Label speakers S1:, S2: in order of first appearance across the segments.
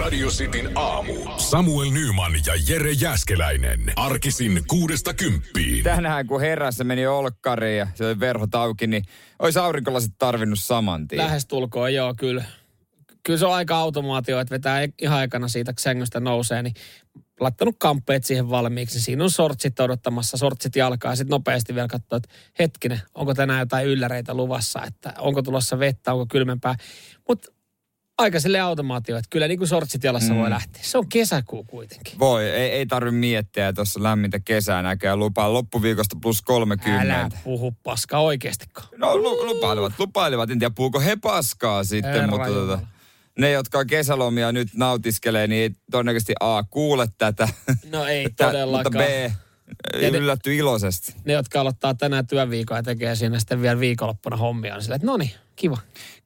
S1: Radio Cityn aamu. Samuel Nyman ja Jere Jäskeläinen. Arkisin kuudesta kymppiin.
S2: Tänään kun herrassa meni olkkariin ja se oli verhot auki, niin olisi aurinkolasit tarvinnut saman tien.
S3: Lähestulkoon, joo, kyllä. Kyllä se on aika automaatio, että vetää e- ihan aikana siitä, kun sängystä nousee, niin laittanut kamppeet siihen valmiiksi. niin Siinä on sortsit odottamassa, sortsit jalkaa. Sitten nopeasti vielä katsoa, että hetkinen, onko tänään jotain ylläreitä luvassa, että onko tulossa vettä, onko kylmempää. Mutta aika sille automaatio, että kyllä niin kuin sortsit jalassa mm. voi lähteä. Se on kesäkuu kuitenkin.
S2: Voi, ei, ei tarvi miettiä tuossa lämmintä kesää näköjään. Lupaa loppuviikosta plus 30.
S3: Älä puhu paska oikeastikaan.
S2: No lu, lupailivat, lupailivat. En tiedä, puhuko he paskaa sitten,
S3: Herra
S2: mutta tota,
S3: Jumala.
S2: ne, jotka on kesälomia nyt nautiskelee, niin ei todennäköisesti A, kuule tätä.
S3: No ei
S2: Tä-
S3: todellakaan.
S2: Mutta B,
S3: Ja ne-
S2: yllätty iloisesti.
S3: Ne, jotka aloittaa tänään työviikon ja tekee siinä sitten vielä viikonloppuna hommia, on silleen, että no niin, kiva.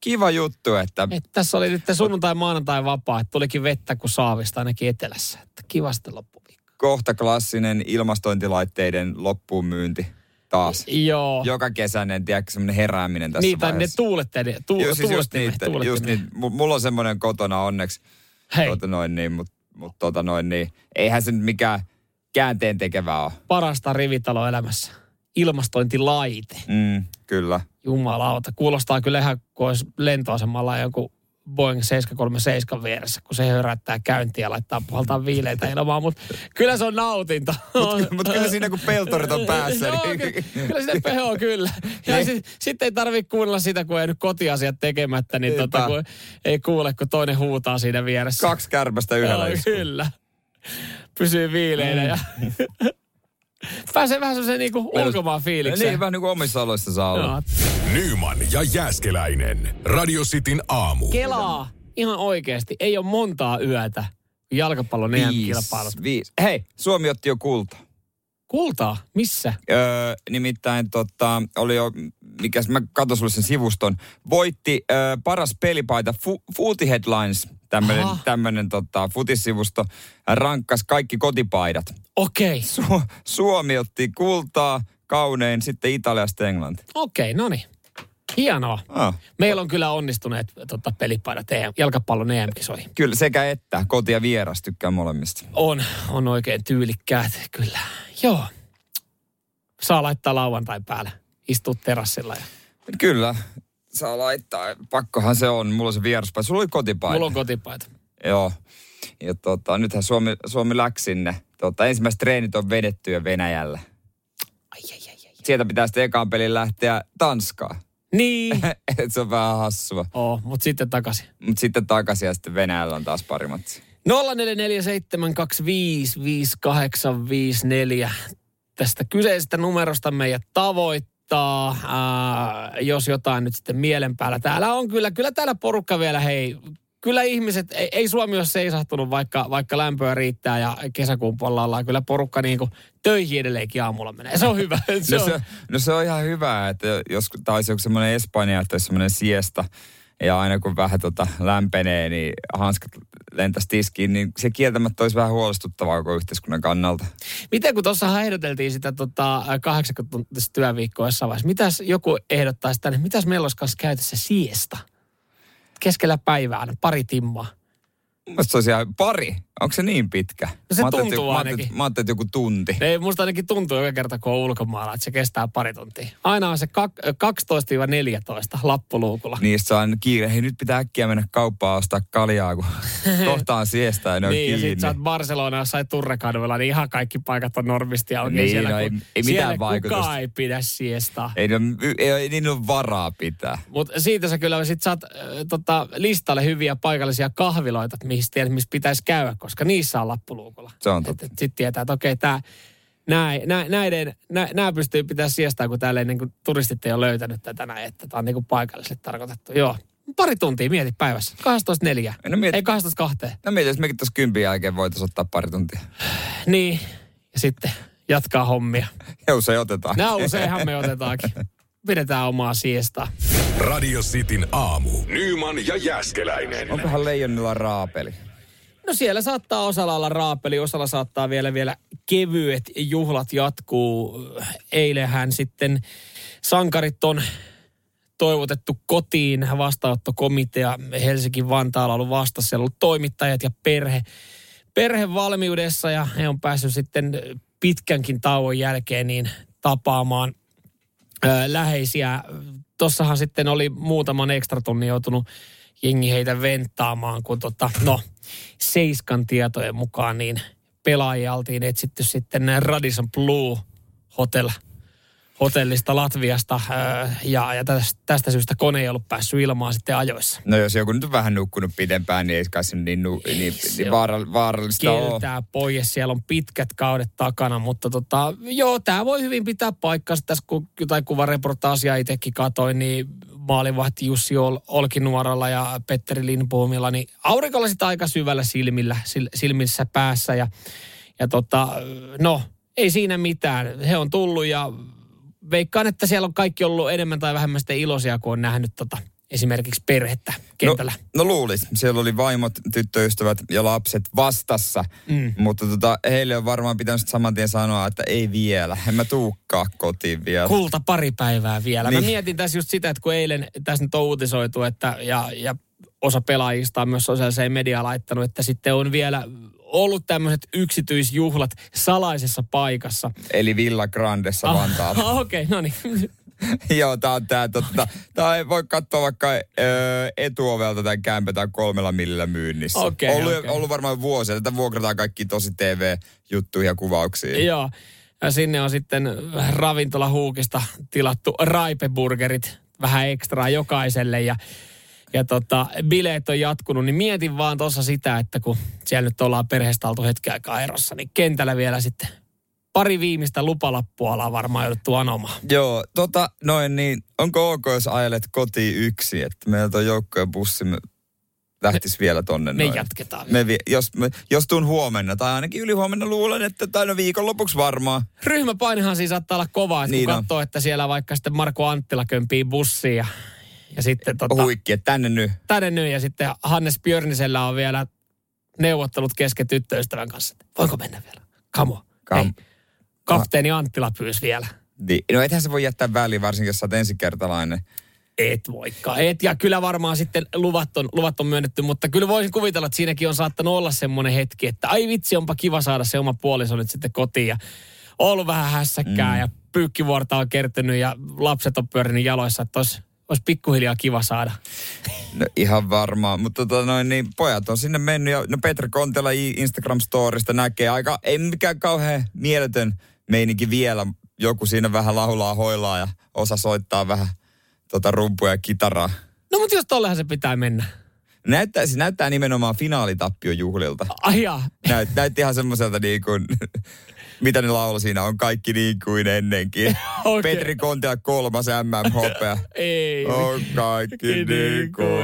S2: Kiva juttu, että
S3: Et tässä oli nyt sunnuntai, maanantai vapaa, että tulikin vettä kuin saavista ainakin etelässä. Että kiva sitten loppuviikko.
S2: kohta klassinen ilmastointilaitteiden loppuun myynti taas.
S3: Joo.
S2: Joka kesäinen, tiedätkö, semmoinen herääminen tässä
S3: niin, tai Oh. ne
S2: vaiheessa.
S3: tuuletteli, tuul,
S2: Joo, siis just
S3: tuulettimet,
S2: niitä,
S3: tuulettimet.
S2: just niitä. Mu- Mulla on semmoinen kotona onneksi,
S3: Hei,
S2: tuota noin niin, mutta mut tota noin niin, eihän se nyt mikään käänteen tekevää ole.
S3: parasta rivitalo elämässä. Ilmastointilaite.
S2: Mm, kyllä.
S3: Jumalauta, kuulostaa kyllä ihan kuin olisi lentoasemalla jonkun Boeing 737 vieressä, kun se hörättää käyntiä ja laittaa puhaltaan viileitä ilmaa, mutta kyllä se on nautinto.
S2: Mutta kyllä siinä kun peltorit on päässä,
S3: Joo,
S2: niin
S3: ky- kyllä sitä pehoa kyllä. Ja
S2: Niin.
S3: sit, sit ei tarvitse kuunnella sitä, kun ei nyt kotiasiat tekemättä, niin
S2: Niinpä.
S3: tota, kun ei kuule, kun toinen huutaa siinä vieressä.
S2: kaksi kärpästä yhdellä. Mm.
S3: Joo,
S2: iskulla.
S3: kyllä. Pysyy viileinä ja pääsee vähän semmoiseen niinku ulkomaan fiilikseen.
S2: Niin, vähän niin kuin omissa oloissa saa olla.
S3: Joo.
S1: Nyman ja Jäskeläinen. Radio Cityn aamu.
S3: Kelaa ihan oikeasti. Ei ole montaa yötä kun jalkapallon EM-kilpailut.
S2: viis. Hei, Suomi otti jo kulta.
S3: Kultaa? Missä?
S2: Öö, nimittäin tota, oli jo, mikäs, mä katsoin sulle sen sivuston, voitti öö, paras pelipaita Fu- Footy Headlines, tämmönen,
S3: Aha.
S2: tämmönen tota, futissivusto, rankkas kaikki kotipaidat.
S3: Okei.
S2: Su- Suomi otti kultaa, kaunein, sitten Italiasta Englanti.
S3: Okei, no niin. Hienoa.
S2: Ah,
S3: Meillä on kyllä onnistuneet tota, pelipaidat EM, jalkapallon E EM-kisoihin.
S2: kyllä sekä että, koti ja vieras tykkään molemmista.
S3: On, on oikein tyylikkäät, kyllä. Joo. Saa laittaa lauantai päälle. Istuu terassilla. Ja...
S2: Kyllä, saa laittaa, pakkohan se on, mulla on se vieraspaita, sulla oli kotipaita.
S3: Mulla on kotipaita.
S2: Joo. Ja tota, nythän Suomi, Suomi läksi sinne. Tota, ensimmäiset treenit on vedetty jo Venäjällä.
S3: Ai, ai, ai, ai.
S2: Sieltä pitää sitten ekaan pelin lähteä Tanskaan.
S3: Niin.
S2: Et se on vähän hassua.
S3: Oo, mutta sitten takaisin.
S2: Mutta sitten takaisin ja sitten Venäjällä on taas pari matsia.
S3: 0447255854. Tästä kyseisestä numerosta meidät tavoittaa, ää, jos jotain nyt sitten mielen päällä. Täällä on kyllä, kyllä täällä porukka vielä, hei, kyllä ihmiset, ei, ei Suomi ole seisahtunut, vaikka, vaikka lämpöä riittää ja kesäkuun puolella ollaan. Kyllä porukka niin kuin töihin edelleenkin aamulla menee. Se on hyvä. Se
S2: No
S3: on,
S2: se, no se on ihan hyvä, että jos taisi joku semmoinen Espanja, että olisi semmoinen siesta, ja aina kun vähän tota lämpenee, niin hanskat lentäisi tiskiin, niin se kieltämättä olisi vähän huolestuttavaa koko yhteiskunnan kannalta.
S3: Miten kun tuossa ehdoteltiin sitä tota, 80 työviikkoa jossain vaiheessa, mitäs joku ehdottaa sitä, että mitäs meillä olisi kanssa käytössä siesta? Keskellä päivää aina pari timmaa.
S2: Musta se olisi ihan pari. Onko se niin pitkä?
S3: No se
S2: Mä ajattelin, että
S3: tuntuu
S2: joku- mä ajattelin,
S3: ainakin.
S2: Mä ajattelin, että joku tunti.
S3: Ei, musta ainakin tuntuu joka kerta, kun on ulkomailla, että se kestää pari tuntia. Aina on se kak- ö, 12-14 lappuluukulla.
S2: Niissä on kiire. Hei, nyt pitää äkkiä mennä kauppaan ostaa kaljaa, kun kohtaan siestää ja ne on
S3: niin, ja
S2: kiinni.
S3: sit sä oot Barcelona jossain Turrekadulla, niin ihan kaikki paikat on normistia. Oikein
S2: Niin,
S3: siellä,
S2: no ei-
S3: kun-
S2: ei mitään
S3: siellä
S2: vaikutusta.
S3: kukaan ei pidä siestaa.
S2: Ei, ne, ole- ei, ei niillä ole varaa pitää.
S3: Mutta siitä sä kyllä sit saat äh, tota, listalle hyviä paikallisia kahviloita, että missä tiedät, missä pitäisi käydä, koska niissä on lappuluukulla.
S2: Se on totta.
S3: Sitten tietää, että okei, tää, nää, nää, näiden, nää, nää pystyy pitää siestää, kun täällä ei, niin kuin, turistit ei ole löytänyt tätä näin, että tämä on niin kuin paikallisille tarkoitettu. Joo, pari tuntia mieti päivässä. 12.4.
S2: No mieti-
S3: Ei 12.2.
S2: No mietin, jos mekin tuossa kympin jälkeen voitaisiin ottaa pari tuntia.
S3: Niin, ja sitten jatkaa hommia.
S2: Ja usein otetaan.
S3: Nää useinhan me otetaankin. Pidetään omaa siestaa.
S1: Radio Cityn aamu. Nyman ja Jäskeläinen.
S2: Onkohan leijonilla raapeli?
S3: No siellä saattaa osalla olla raapeli, osalla saattaa vielä vielä kevyet juhlat jatkuu. Eilehän sitten sankarit on toivotettu kotiin vastaanottokomitea Helsinki Vantaalla on ollut vastassa. Siellä on ollut toimittajat ja perhe, perhe valmiudessa ja he on päässyt sitten pitkänkin tauon jälkeen niin tapaamaan ö, läheisiä. Tossahan sitten oli muutaman ekstra tunnin joutunut jengi heitä venttaamaan, kun tota, no, Seiskan tietojen mukaan niin pelaajia oltiin etsitty sitten Radisson Blue Hotel hotellista Latviasta öö, ja, ja tästä, tästä syystä kone ei ollut päässyt ilmaan sitten ajoissa.
S2: No jos joku nyt on vähän nukkunut pidempään, niin ei kai se niin, nu, niin,
S3: Se
S2: niin
S3: on
S2: vaara, vaarallista ole.
S3: Kieltää pois, siellä on pitkät kaudet takana, mutta tota, joo, tämä voi hyvin pitää paikkansa. Tässä kun jotain kuvareportaasia itsekin katoin, niin maalivahti Jussi Ol, Olkinuoralla ja Petteri Lindboomilla, niin aurinkolla sitä aika syvällä silmillä, sil, silmissä päässä ja, ja tota, no, ei siinä mitään. He on tullut ja veikkaan, että siellä on kaikki ollut enemmän tai vähemmän sitten iloisia, kun on nähnyt tota, esimerkiksi perhettä kentällä.
S2: No, no luulis. Siellä oli vaimot, tyttöystävät ja lapset vastassa. Mm. Mutta tota, heille on varmaan pitänyt saman tien sanoa, että ei vielä. En mä tuukkaa kotiin vielä.
S3: kulta pari päivää vielä. Niin. Mä
S2: Niin.
S3: mietin tässä just sitä, että kun eilen tässä nyt on uutisoitu, että ja, ja osa pelaajista on myös sosiaaliseen mediaan laittanut, että sitten on vielä ollut tämmöiset yksityisjuhlat salaisessa paikassa.
S2: Eli Villa Grandessa ah. Vantaalla.
S3: Ah, Okei, no niin.
S2: Joo, tää on tää totta. Tää ei voi katsoa vaikka öö, etuovelta tämän kämpä tai kolmella millillä myynnissä.
S3: Okei,
S2: ollut,
S3: okei.
S2: ollut varmaan vuosia. Tätä vuokrataan kaikki tosi TV-juttuja ja kuvauksia.
S3: Joo. Ja sinne on sitten ravintolahuukista tilattu raipeburgerit vähän ekstraa jokaiselle ja, ja tota, bileet on jatkunut, niin mietin vaan tuossa sitä, että kun siellä nyt ollaan perheestä oltu hetki aikaa erossa, niin kentällä vielä sitten pari viimeistä lupalappua ollaan varmaan jouduttu anomaan.
S2: Joo, tota, noin niin, onko ok, jos ajelet kotiin yksi, että meiltä on joukkojen bussi, me lähtis vielä tonne
S3: Me
S2: noin.
S3: jatketaan.
S2: Me, vi- jos, me, jos tuun huomenna, tai ainakin ylihuomenna luulen, että tai no viikonlopuksi varmaan.
S3: Ryhmäpainehan siis saattaa olla kova, että niin
S2: Niin
S3: kun
S2: on.
S3: katsoo, että siellä vaikka sitten Marko Anttila kömpii bussiin ja, ja sitten tota,
S2: Huikki, että tänne nyt.
S3: tänne nyt ja sitten Hannes Björnisellä on vielä neuvottelut kesken tyttöystävän kanssa. että Voinko mennä vielä? Come on.
S2: Kam-
S3: Hei, kapteeni Anttila pyysi vielä.
S2: Niin, No ethän se voi jättää väliin, varsinkin jos sä oot ensikertalainen.
S3: Et voikaan. Et, ja kyllä varmaan sitten luvat on, luvat on myönnetty, mutta kyllä voisin kuvitella, että siinäkin on saattanut olla semmoinen hetki, että ai vitsi, onpa kiva saada se oma puoliso nyt sitten kotiin ja ollut vähän hässäkkää mm. ja pyykkivuorta on kertynyt ja lapset on pyörinyt jaloissa, että olisi, olisi pikkuhiljaa kiva saada.
S2: No ihan varmaan, mutta tota noin, niin pojat on sinne mennyt ja no Petri Kontela i- Instagram-storista näkee aika, ei mikään kauhean mieletön meininki vielä. Joku siinä vähän laulaa hoilaa ja osa soittaa vähän tota rumpuja ja kitaraa.
S3: No mutta jos tollehan se pitää mennä.
S2: Näyttää, siis näyttää nimenomaan finaalitappiojuhlilta.
S3: Ai jaa.
S2: Näyt, näytti ihan semmoiselta niin kuin, mitä ne laulu siinä on, kaikki niin kuin ennenkin.
S3: Okei.
S2: Okay. Petri Kontela kolmas MM-hopea.
S3: Ei.
S2: On kaikki niin kuin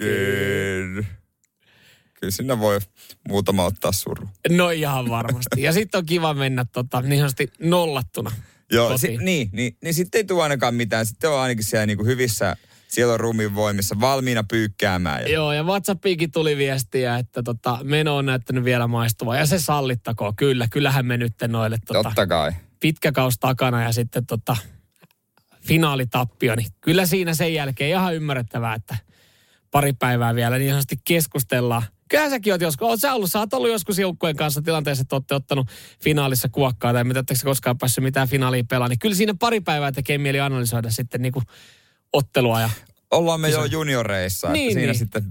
S2: ennenkin. Kyllä siinä voi muutama ottaa suru.
S3: No ihan varmasti. Ja sitten on kiva mennä tota, niin sanotusti nollattuna.
S2: Joo, si-
S3: kotiin.
S2: niin, niin, niin sitten ei tule ainakaan mitään. Sitten on ainakin siellä niinku hyvissä, siellä on ruumiin voimissa, valmiina pyykkäämään. Ja,
S3: Joo, ja WhatsAppiinkin tuli viestiä, että tota, meno on näyttänyt vielä maistuvaa. Ja se sallittakoon, kyllä. Kyllähän me nyt noille tota,
S2: totta kai.
S3: pitkä kaus takana ja sitten tota, finaalitappio. Niin kyllä siinä sen jälkeen ihan ymmärrettävää, että pari päivää vielä niin sanotusti keskustellaan. Kyllähän säkin oot joskus, oot sä ollut, sä oot ollut joskus joukkueen kanssa tilanteessa, että ootte ottanut finaalissa kuokkaa tai mitä etteikö koskaan päässyt mitään finaaliin pelaa. Niin kyllä siinä pari päivää tekee mieli analysoida sitten niinku ottelua ja
S2: Ollaan me jo junioreissa. että
S3: Niin,
S2: siinä
S3: niin.
S2: sitten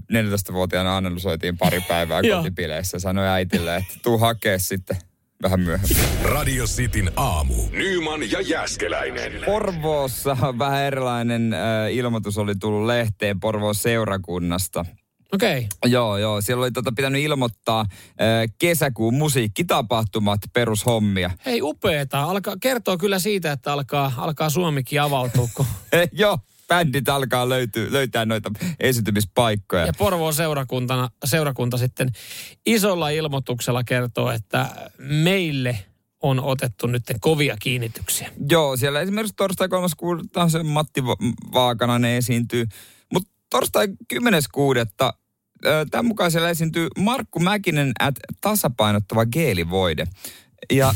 S2: 14-vuotiaana analysoitiin pari päivää
S3: Joo.
S2: kotipileissä. Sanoi äitille, että tuu hakee sitten vähän myöhemmin.
S1: Radio Cityn aamu. Nyman ja Jäskeläinen.
S2: Porvoossa vähän erilainen äh, ilmoitus oli tullut lehteen Porvoon seurakunnasta.
S3: Okei. Okay.
S2: Joo, joo. Siellä oli tota pitänyt ilmoittaa äh, kesäkuun musiikkitapahtumat perushommia.
S3: Hei upeeta. Alkaa, kertoo kyllä siitä, että alkaa, alkaa Suomikin avautua. Kun,
S2: Eh, joo, bändit alkaa löytyä, löytää noita esiintymispaikkoja.
S3: ja Porvoon seurakuntana, seurakunta sitten isolla ilmoituksella kertoo, että meille on otettu nyt kovia kiinnityksiä.
S2: Joo, siellä esimerkiksi torstai 3.6. se Matti Va- Vaakanainen esiintyy. Mutta torstai 10.6. ö, Tämän mukaan siellä esiintyy Markku Mäkinen at tasapainottava geelivoide. Ja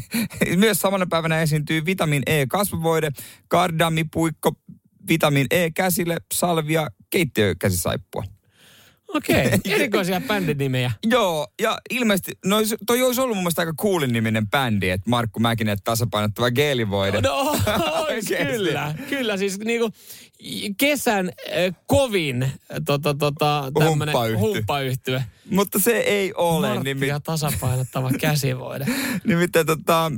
S2: myös samana päivänä esiintyy vitamin E-kasvuvoide, E kardami, puikko, vitamiin E käsille, salvia, keittiökäsisaippua.
S3: Okei, okay. erikoisia bändin nimejä.
S2: Joo, ja ilmeisesti, no ois- toi olisi ollut mun mielestä aika coolin niminen bändi, että Markku Mäkinen tasapainottava geelivoide.
S3: No, ois
S2: Oikeesti.
S3: kyllä. Kyllä, siis niinku kesän äh, kovin äh, tota, tota, tämmönen
S2: Humppayhty.
S3: humppayhtyö.
S2: Mutta se ei ole.
S3: Martti ja tasapainottava käsivoide.
S2: Nimittäin tota,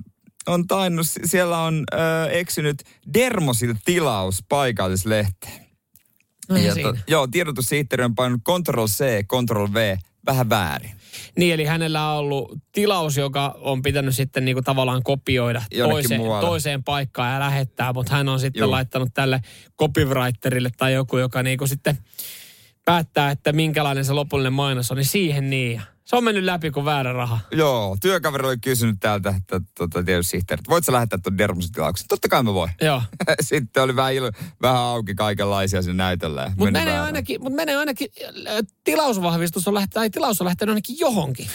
S2: on tainnut, siellä on ö, eksynyt Dermosil tilaus paikallislehteen.
S3: No ja
S2: Ja
S3: siinä.
S2: to, joo, tiedotussihteeri on painanut Ctrl C, Ctrl V, vähän väärin.
S3: Niin, eli hänellä on ollut tilaus, joka on pitänyt sitten niinku tavallaan kopioida
S2: Jonnekin
S3: toiseen,
S2: muualle.
S3: toiseen paikkaan ja lähettää, mutta hän on sitten
S2: Juu.
S3: laittanut tälle copywriterille tai joku, joka niinku sitten päättää, että minkälainen se lopullinen mainos on, niin siihen niin. Se on mennyt läpi kuin väärä raha.
S2: Joo, työkaveri oli kysynyt täältä että, tota, tiedotussihteeri, että voitko sä lähettää tuon Dermosil tilauksen? Totta kai mä voin.
S3: Joo.
S2: Sitten oli vähän, ilo, vähän auki kaikenlaisia sen näytöllä.
S3: Mutta menee, ainakin, mut menee ainakin, äh, tilausvahvistus on lähtenyt, tai tilaus on lähtenyt ainakin johonkin.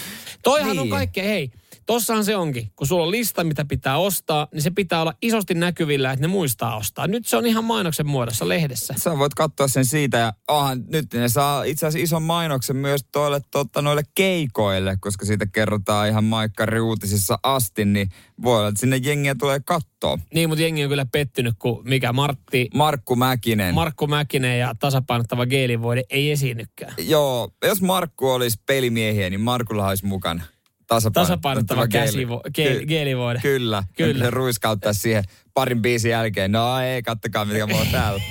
S3: Toihan niin. on
S2: Niin.
S3: kaikkea, hei, tossahan se onkin. Kun sulla on lista, mitä pitää ostaa, niin se pitää olla isosti näkyvillä, että ne muistaa ostaa. Nyt se on ihan mainoksen muodossa lehdessä.
S2: Sä voit katsoa sen siitä ja onhan nyt ne saa itse asiassa ison mainoksen myös toille, totta, noille keikoille, koska siitä kerrotaan ihan maikkari uutisissa asti, niin voi olla, että sinne jengiä tulee kattoo.
S3: Niin, mutta jengi on kyllä pettynyt, kun mikä Martti,
S2: Markku Mäkinen.
S3: Markku Mäkinen ja tasapainottava geelivoide ei esiinnykään.
S2: Joo, jos Markku olisi pelimiehiä, niin Markulla olisi mukana
S3: Tasapainottava
S2: tasapainottava
S3: käsivo- geel- geelivoide.
S2: Kyllä.
S3: Kyllä.
S2: Kyllä. Se ruiskauttaa siihen parin biisin jälkeen. No ei, kattokaa mitä mulla on täällä.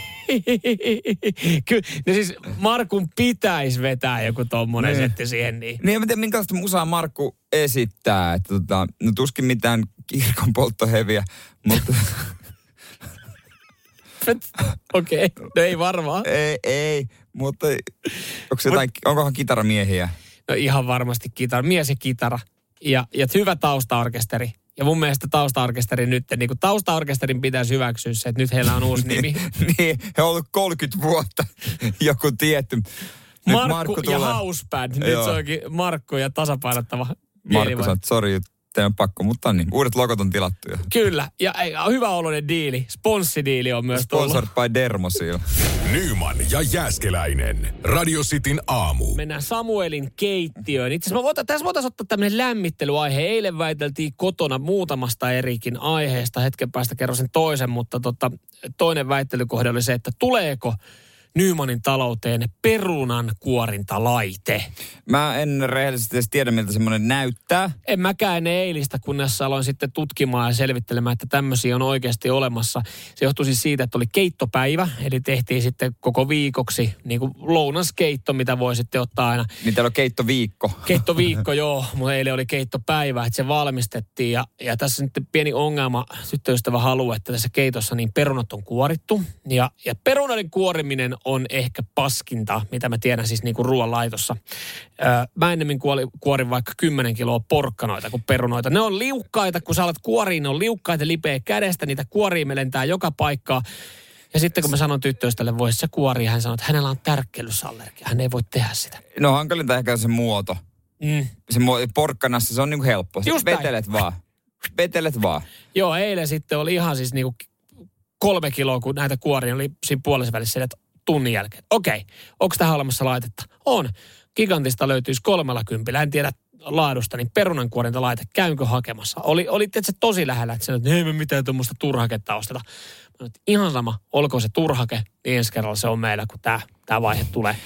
S3: Kyllä, no siis Markun pitäisi vetää joku tommonen
S2: Niin.
S3: setti siihen niin.
S2: Niin en mä tiedä, minkälaista musaa Markku esittää. Että tota, no tuskin mitään kirkon polttoheviä, mutta
S3: Okei, okay. no ei varmaan.
S2: ei, ei. Mutta onko se jotain, onkohan kitaramiehiä?
S3: No ihan varmasti kitara, mies ja kitara. Ja, ja hyvä taustaorkesteri. Ja mun mielestä taustaorkesteri nyt, niin kuin taustaorkesterin pitäisi hyväksyä se, että nyt heillä on uusi nimi.
S2: niin, he on ollut 30 vuotta joku tietty. Nyt
S3: Markku, Markku ja Houseband. Nyt
S2: Joo.
S3: se onkin Markku ja tasapainottava.
S2: Markku
S3: mielivoima.
S2: sanoi, että sori, teidän on pakko, mutta on niin. Uudet logot on tilattu jo.
S3: Kyllä, ja ei, hyvä oloinen diili. Sponssidiili on myös tullut.
S2: Sponsored by Dermosil.
S1: Nyman ja Jääskeläinen. Radio Cityn aamu.
S3: Mennään Samuelin keittiöön. Itse asiassa mä voitais- tässä voitaisiin ottaa tämmöinen lämmittelyaihe. Eilen väiteltiin kotona muutamasta erikin aiheesta. Hetken päästä kerron sen toisen, mutta tota, toinen väittelykohde oli se, että tuleeko Nymanin talouteen perunan kuorintalaite.
S2: Mä en rehellisesti edes tiedä, miltä semmoinen näyttää.
S3: En mäkään ennen eilistä, kunnes aloin sitten tutkimaan ja selvittelemään, että tämmöisiä on oikeasti olemassa. Se johtui siis siitä, että oli keittopäivä, eli tehtiin sitten koko viikoksi niin kuin lounaskeitto, mitä voi sitten ottaa aina
S2: Niin täällä on keittoviikko.
S3: Keittoviikko, joo, mutta eilen oli keittopäivä, että se valmistettiin. Ja, ja tässä nyt pieni ongelma, tyttöystävä haluaa, että tässä keitossa niin perunat on kuorittu. Ja, ja perunoiden kuoriminen on ehkä paskinta, mitä mä tiedän siis niinku ruoanlaitossa. Ö, mä ennemmin kuoli, kuorin vaikka 10 kiloa porkkanoita kuin perunoita. Ne on liukkaita, kun sä alat kuoriin, ne on liukkaita, lipeä kädestä, niitä kuoriin me lentää joka paikkaa. Ja sitten kun mä sanon tyttöystävälle, voisi se kuoria, hän sanoo, että hänellä on tärkkelysallergia, hän ei voi tehdä sitä.
S2: No hankalinta ehkä on se muoto.
S3: Mm.
S2: Se muo- porkkanassa se on niinku helppo. Sä
S3: Just näin.
S2: vetelet vaan. Vetelet vaan.
S3: Joo, eilen sitten oli ihan siis niinku kolme kiloa, kun näitä kuoria oli siinä puolessa välissä sillä, että tunnin jälkeen. Okei, onko tähän olemassa laitetta? On. Gigantista löytyisi kolmella kympillä, en tiedä laadusta, niin perunankuorinta laite, käynkö hakemassa? Oli, oli tietysti tosi lähellä, että sanoit, että ei me mitään tuommoista turhaketta osteta. Mä sanoin, että ihan sama, olkoon se turhake, niin ensi kerralla se on meillä, kun tämä tää vaihe tulee.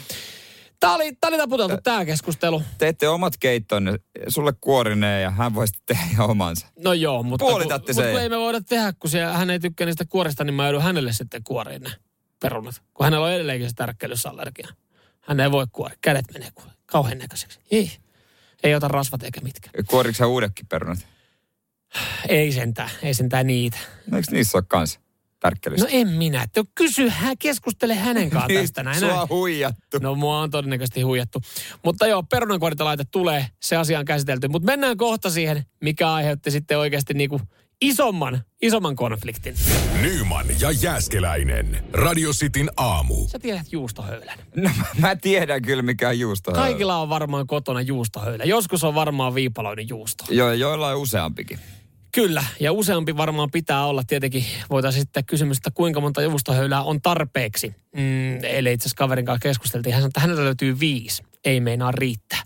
S3: Tämä oli, tää oli taputeltu, tämä keskustelu.
S2: Teette omat keittonne, sulle kuorinee ja hän voi sitten tehdä ihan omansa.
S3: No joo, mutta
S2: Puolitatte
S3: kun,
S2: sen.
S3: mutta kun ei me voida tehdä, kun siellä, hän ei tykkää niistä kuorista, niin mä joudun hänelle sitten kuoriin ne perunat. Kun hänellä on edelleenkin se tärkkelysallergia. Hän ei voi kuori. Kädet menee kuori. kauhean näköiseksi. Ei. Ei ota rasvat eikä mitkään.
S2: Kuoriksi sä uudetkin perunat?
S3: Ei sentään. Ei sentään niitä.
S2: No eikö niissä ole kans tärkkelystä?
S3: No en minä. Te kysy, hän keskustele hänen kanssaan No tästä näin.
S2: Niin, Sua
S3: näin.
S2: on huijattu.
S3: No mua on todennäköisesti huijattu. Mutta joo, perunankuorintalaite tulee, se asia on käsitelty. Mutta mennään kohta siihen, mikä aiheutti sitten oikeasti niinku isomman, isomman konfliktin.
S1: Nyman ja Jääskeläinen. Radio Cityn aamu.
S3: Sä tiedät juustohöylän.
S2: No, mä, mä tiedän kyllä mikä on juusto.
S3: Kaikilla on varmaan kotona juustohöylä. Joskus on varmaan viipaloinen juusto.
S2: Joo, joilla on useampikin.
S3: Kyllä, ja useampi varmaan pitää olla. Tietenkin voitaisiin sitten kysymys, että kuinka monta juustohöylää on tarpeeksi. Mm, eli itse asiassa kaverin kanssa keskusteltiin, hän sanoi, että hänellä löytyy viisi. Ei meinaa riittää.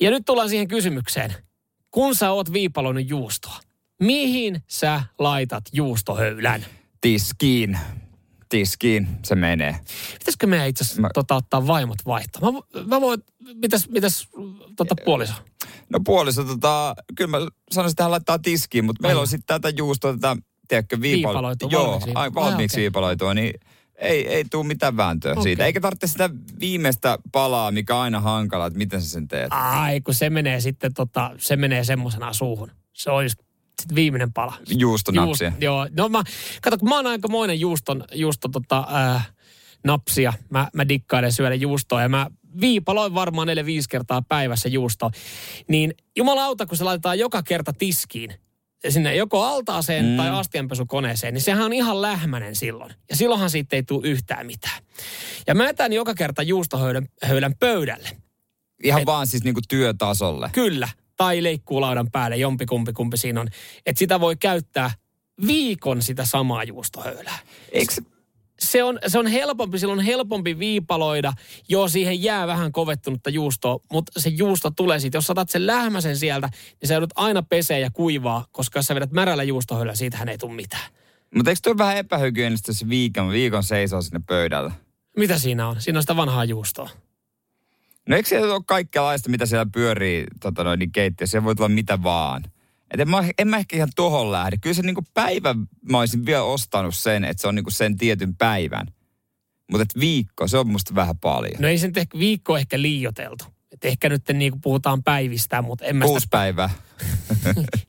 S3: Ja nyt tullaan siihen kysymykseen. Kun sä oot viipaloinut juustoa, mihin sä laitat juustohöylän?
S2: Tiskiin. Tiskiin se menee.
S3: Pitäisikö meidän itse asiassa
S2: Mä-
S3: tota, ottaa vaimot vaihtaa? Mä, mä voin, mitäs, mitäs tota, puoliso?
S2: No puoliso, tota, kyllä mä sanoisin, että hän laittaa tiskiin, mutta meillä on sitten tätä juustoa, tätä, tiedätkö,
S3: Niin. Viipaloitua,
S2: viipaloitua. Joo,
S3: valmiiksi
S2: ai,
S3: viipaloitua. Ah,
S2: valmiiksi
S3: okei.
S2: viipaloitua, niin ei, ei tule mitään vääntöä
S3: Okei.
S2: siitä. Eikä tarvitse sitä viimeistä palaa, mikä on aina hankala, että miten sä sen teet.
S3: Ai, kun se menee sitten, tota, se menee semmoisena suuhun. Se on just sit viimeinen pala.
S2: Juustonapsia.
S3: Juust- joo, no mä, kato kun mä oon aikamoinen juuston, juuston tota, äh, napsia. Mä, mä dikkailen syödä juustoa ja mä viipaloin varmaan 4-5 kertaa päivässä juustoa. Niin jumalauta, kun se laitetaan joka kerta tiskiin, sinne joko altaaseen mm. tai astianpesukoneeseen, niin sehän on ihan lähmänen silloin. Ja silloinhan siitä ei tule yhtään mitään. Ja mä jätän joka kerta juustohöylän höylän pöydälle.
S2: Ihan vaan siis niinku työtasolle.
S3: Kyllä. Tai leikkuu laudan päälle, jompikumpi kumpi siinä on. Että sitä voi käyttää viikon sitä samaa juustohöylää.
S2: Eikö,
S3: Se on, se on helpompi, silloin on helpompi viipaloida. Joo, siihen jää vähän kovettunutta juustoa, mutta se juusto tulee siitä. Jos saatat sen lähmäsen sieltä, niin sä joudut aina pesee ja kuivaa, koska jos sä vedät märällä juustohöylällä, siitähän ei tule mitään.
S2: mutta eikö toi vähän epähygienistä, jos viikon, viikon seisoo sinne pöydällä?
S3: Mitä siinä on? Siinä on sitä vanhaa juustoa.
S2: No eikö siellä ole kaikenlaista, mitä siellä pyörii tota noin, niin keittiössä? Siellä voi tulla mitä vaan. Et en, mä, en mä ehkä ihan tohon lähde. Kyllä se niinku päivän mä olisin vielä ostanut sen, että se on niinku sen tietyn päivän. Mutta viikko, se on musta vähän paljon.
S3: No ei sen ehkä viikko ehkä liioteltu. Et ehkä nyt niin kuin puhutaan päivistä, mutta en mä sitä
S2: Kuusi päivää.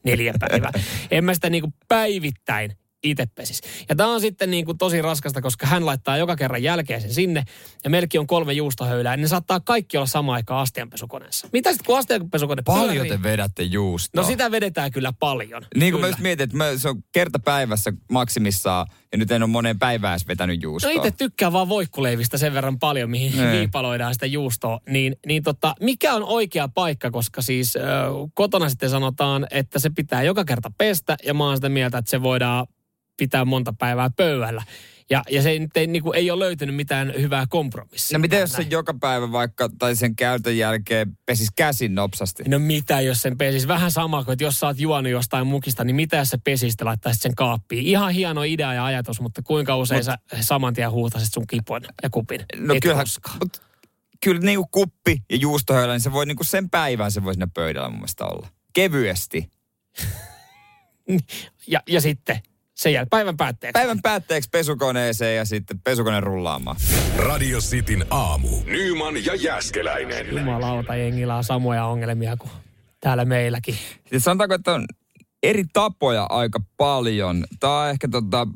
S3: neljä päivää. En mä sitä niinku päivittäin itse pesis. Ja tämä on sitten niinku tosi raskasta, koska hän laittaa joka kerran jälkeen sen sinne. Ja melkein on kolme juustohöylää. niin Ne saattaa kaikki olla sama aikaan astianpesukoneessa. Mitä sitten kun astianpesukone
S2: Paljon
S3: pyörii?
S2: te vedätte juustoa.
S3: No sitä vedetään kyllä paljon.
S2: Niin kuin
S3: kyllä.
S2: mä just mietin, että mä, se on kerta päivässä maksimissaan, ja nyt en ole moneen päivään edes vetänyt
S3: No
S2: juustoa.
S3: itse tykkään vaan voikkuleivistä sen verran paljon, mihin
S2: Ne.
S3: viipaloidaan sitä juustoa. Niin, niin tota, mikä on oikea paikka, koska siis ö, kotona sitten sanotaan, että se pitää joka kerta pestä ja mä oon sitä mieltä, että se voidaan pitää monta päivää pöydällä. Ja, ja se ei, nyt ei, niin kuin, ei ole löytynyt mitään hyvää kompromissia.
S2: No mitä jos se joka päivä vaikka, tai sen käytön jälkeen pesis käsin nopsasti?
S3: No mitä, jos sen pesis? Vähän sama kuin, että jos sä oot juonut jostain mukista, niin mitä jos sä pesistä laittaisit sen kaappiin? Ihan hieno idea ja ajatus, mutta kuinka usein Mut... sä saman tien huutasit sun kipon ja kupin?
S2: No
S3: Et
S2: kyllähän,
S3: koskaan.
S2: mut, kyllä niin kuin kuppi ja juustohöylä, niin se voi niin kuin sen päivän se voi siinä pöydällä mun mielestä olla. Kevyesti.
S3: Ja, ja sitten sen jälkeen päivän päätteeksi.
S2: Päivän päätteeksi pesukoneeseen ja sitten pesukone rullaamaan.
S1: Radio Cityn aamu. Nyman ja Jäskeläinen.
S3: Jumalauta, jengillä on samoja ongelmia kuin täällä meilläkin.
S2: Sitten Siis sanotaanko, että on eri tapoja aika paljon. Tämä on ehkä tota,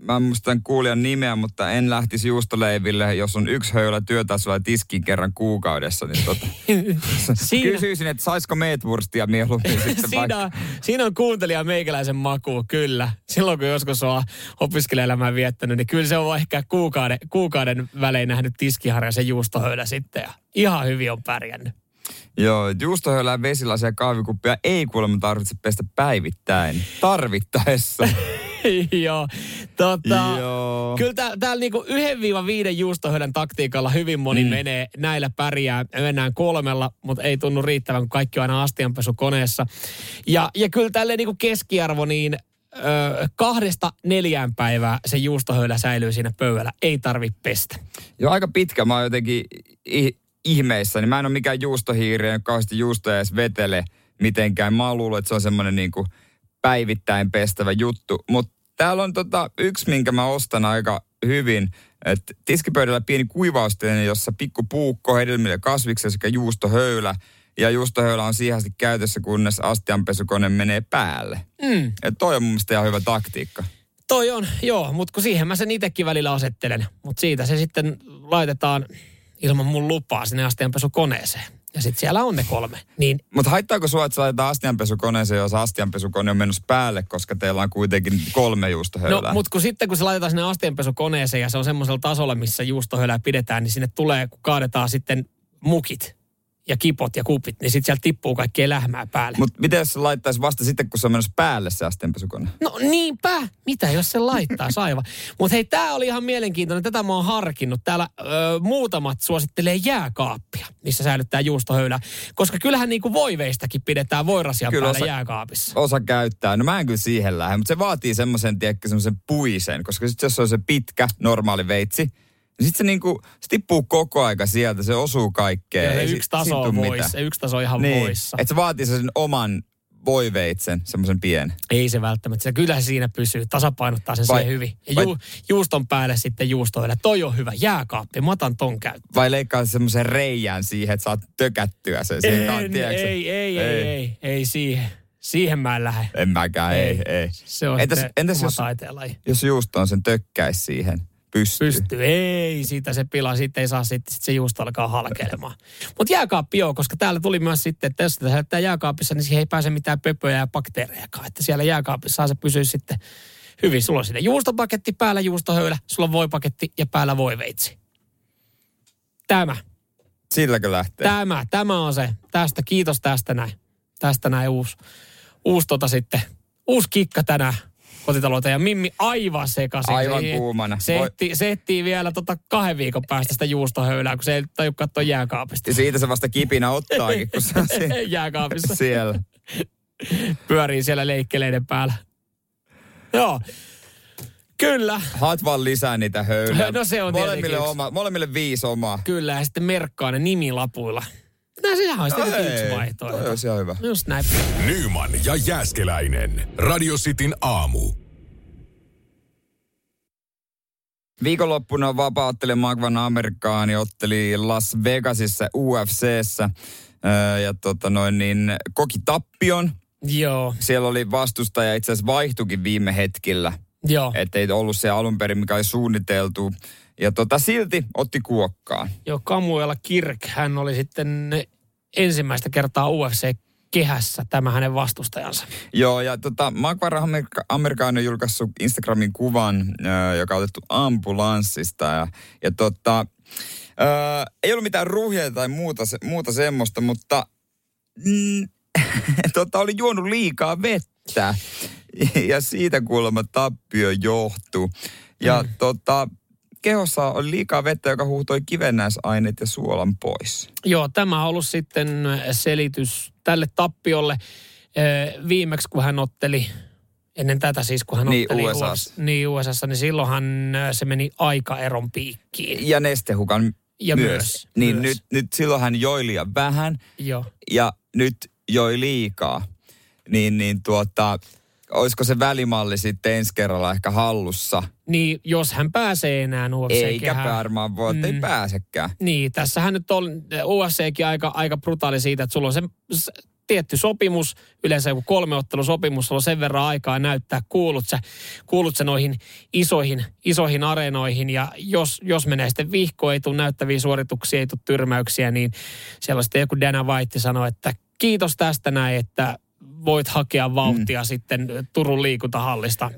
S2: mä en muista tämän kuulijan nimeä, mutta en lähtisi juustoleiville, jos on yksi höylä työtasolla tiskiin kerran kuukaudessa. Niin tota,
S3: Siinä,
S2: kysyisin, että saisiko meetwurstia mieluummin sitten vaikka.
S3: siinä, siinä on kuuntelija meikäläisen maku, kyllä. Silloin kun joskus on opiskelijaelämää viettänyt, niin kyllä se on ehkä kuukauden, kuukauden välein nähnyt tiskiharja se juustohöylä sitten. Ja ihan hyvin on pärjännyt.
S2: Joo, juustohöylää, vesilasia ja kahvikuppia ei kuulemma tarvitse pestä päivittäin. Tarvittaessa.
S3: Joo, tota,
S2: Joo.
S3: Kyllä tää, täällä niinku 1-5 juustohöydän taktiikalla hyvin moni mm. menee. Näillä pärjää. Me Mennään kolmella, mutta ei tunnu riittävän, kun kaikki on aina astianpesukoneessa. Ja, ja kyllä tälle niinku keskiarvo niin ö, kahdesta neljään päivää se juustohöylä säilyy siinä pöydällä. Ei tarvi pestä.
S2: Joo, aika pitkä. Mä oon jotenkin i- ihmeissä. Niin mä en ole mikään juustohiiri, en ole kauheasti juustoja edes vetele mitenkään. Mä oon luullut, että se on semmoinen niinku päivittäin pestävä juttu. Mutta täällä on tota, yksi, minkä mä ostan aika hyvin. Et tiskipöydällä pieni kuivausteline, jossa pikku puukko hedelmille kasviksia sekä juustohöylä. Ja juustohöylä on siihen asti käytössä, kunnes astianpesukone menee päälle.
S3: Mm.
S2: Ja toi on mun mielestä ihan hyvä taktiikka.
S3: Toi on, joo, mutta kun siihen mä sen itsekin välillä asettelen. Mutta siitä se sitten laitetaan ilman mun lupaa sinne astianpesukoneeseen. Ja sitten siellä on ne kolme. Niin
S2: Mutta haittaako sua, että sä laitetaan astianpesukoneeseen, jos astianpesukone on menossa päälle, koska teillä on kuitenkin kolme juustohöylää?
S3: No, mutta kun sitten kun se laitetaan sinne astianpesukoneeseen ja se on semmoisella tasolla, missä juustohölää pidetään, niin sinne tulee, kun kaadetaan sitten mukit. ja kipot ja kupit, niin sitten sieltä tippuu kaikkea lähmää päälle.
S2: Mutta mitä jos se laittaisi vasta sitten, kun se on menossa päälle se asteenpesukone?
S3: No niinpä, mitä jos se laittaa saiva. Mutta hei, tämä oli ihan mielenkiintoinen, tätä mä oon harkinnut. Täällä ö, muutamat suosittelee jääkaappia, missä säilyttää juustohöylää. Koska kyllähän niinku voiveistakin pidetään voirasian
S2: Kyllä
S3: päällä
S2: osa-
S3: jääkaapissa.
S2: Osa käyttää. No mä en kyllä siihen lähde, mutta se vaatii semmoisen, tiedätkö, semmoisen puisen. Koska sitten jos se on se pitkä, normaali veitsi, niin sitten se niinku, se tippuu koko aika sieltä, se osuu kaikkeen.
S3: Ja se
S2: Ei si-
S3: yksi taso
S2: siitä
S3: on
S2: tuu
S3: pois,
S2: mitään.
S3: se yksi taso on ihan
S2: Niin,
S3: poissa.
S2: että se vaatii sen oman voiveitsen, semmoisen pienen.
S3: Ei se välttämättä, se kyllä se siinä pysyy, tasapainottaa sen
S2: Vai-
S3: siihen hyvin. Ja
S2: vai-
S3: ju, juuston päälle sitten juustohöylä, toi on hyvä, jääkaappi, mä otan ton käyttöön.
S2: Vai leikkaa semmoisen reijän siihen, että saat tökättyä sen siihen.
S3: En,
S2: kaan, tiedätkö?
S3: ei, ei, ei, ei, ei, ei siihen. Siihen mä en lähde.
S2: En mäkään, ei, ei.
S3: Se on
S2: entäs,
S3: se
S2: entäs
S3: oma
S2: jos,
S3: taiteenlaji.
S2: jos juusto on sen tökkäis siihen pystyy?
S3: Pystyy. Ei, siitä se pila, sitten ei saa, sitten sit se juusto alkaa halkeilemaan. Mutta jääkaappi joo, koska täällä tuli myös sitten, että jos sitä lähettää jääkaapissa, niin siihen ei pääse mitään pöpöjä ja bakteerejakaan. Että siellä jääkaapissa saa se pysyy sitten hyvin. Sulla on siinä juustopaketti, päällä juustohöylä, sulla on voipaketti ja päällä voiveitsi. Tämä,
S2: Silläkö lähtee?
S3: tämä, tämä on se. Tästä, kiitos tästä näin. Tästä näin uusi, uusi tota sitten, uusi kikka tänään kotitalouteen. Ja Mimmi aivan sekaisin.
S2: Aivan
S3: Se-
S2: kuumana.
S3: se
S2: Voi-
S3: ehtii, se ehtii vielä tota kahden viikon päästä sitä juustohöylää, kun se ei taju katsoa jääkaapista.
S2: Ja siitä se vasta kipinä ottaakin, kun se on si-
S3: Jääkaapissa
S2: siellä.
S3: pyörii siellä leikkeleiden päällä. Joo, kyllä,
S2: Haat vaan lisää niitä höyliä.
S3: No se on
S2: molemmille,
S3: tietenkin yksi.
S2: oma, molemmille viisi omaa.
S3: kyllä. Ja sitten merkkaa ne nimilapuilla. No sehän on sitten yksi
S2: toi
S3: vaihtoehto. No
S2: olisi ihan hyvä.
S3: Just näin.
S1: Nyman ja Jääskeläinen. Radio Cityn aamu.
S2: Viikonloppuna vapaatteli Magvan Amerikkaan ja otteli Las Vegasissa UFCssä. öö, Ja tota noin, niin koki tappion.
S3: Joo,
S2: Siellä oli vastustaja itse asiassa vaihtukin viime hetkillä.
S3: joo.
S2: Ettei ollut se alun perin, mikä oli suunniteltu. Ja tota, silti otti kuokkaa.
S3: Joo, Kamuela Kirk, hän oli sitten ensimmäistä kertaa UFC-kehässä tämä hänen vastustajansa.
S2: Joo, ja tota, Magvar Amerika- Amerikaan on julkaissut Instagramin kuvan, ö, joka on otettu ambulanssista. Ja, ja tota, ö, ei ollut mitään ruhjeita tai muuta, se- muuta semmoista, mutta mm, tota, oli juonut liikaa vettä. Ja siitä kuulemma tappio johtuu. Ja mm. tota, kehossa oli liikaa vettä, joka huuhtoi kivennäisaineet ja suolan pois.
S3: Joo, tämä on ollut sitten äh, selitys tälle tappiolle Ö, viimeksi, kun hän otteli, ennen tätä siis, kun hän
S2: Niin,
S3: otteli
S2: USA:ssa.
S3: US, niin USAssa, niin silloinhan ö, se meni aikaeron piikkiin.
S2: Ja nestehukan
S3: Ja
S2: myös.
S3: myös,
S2: Niin
S3: myös.
S2: Nyt, nyt silloin hän joi liian vähän
S3: Joo.
S2: ja nyt joi liikaa, niin, niin tuota, olisiko se välimalli sitten ensi kerralla ehkä hallussa?
S3: Niin, jos hän pääsee enää
S2: Eikä
S3: UFC-kehään.
S2: varmaan voi, mm. ei
S3: Mm.
S2: pääsekään.
S3: Niin, tässähän nyt on eh, UFCkin aika, aika brutaali siitä, että sulla on se s- tietty sopimus, yleensä joku kolmeottelusopimus, sulla on sen verran aikaa näyttää, kuulut sä, kuulut sä noihin isoihin, isoihin areenoihin ja jos, jos menee sitten vihko, ei tule näyttäviä suorituksia, ei tule tyrmäyksiä, niin siellä on sitten joku Dana White sanoi, että kiitos tästä näin, että voit hakea vauhtia mm. sitten Turun liikuntahallista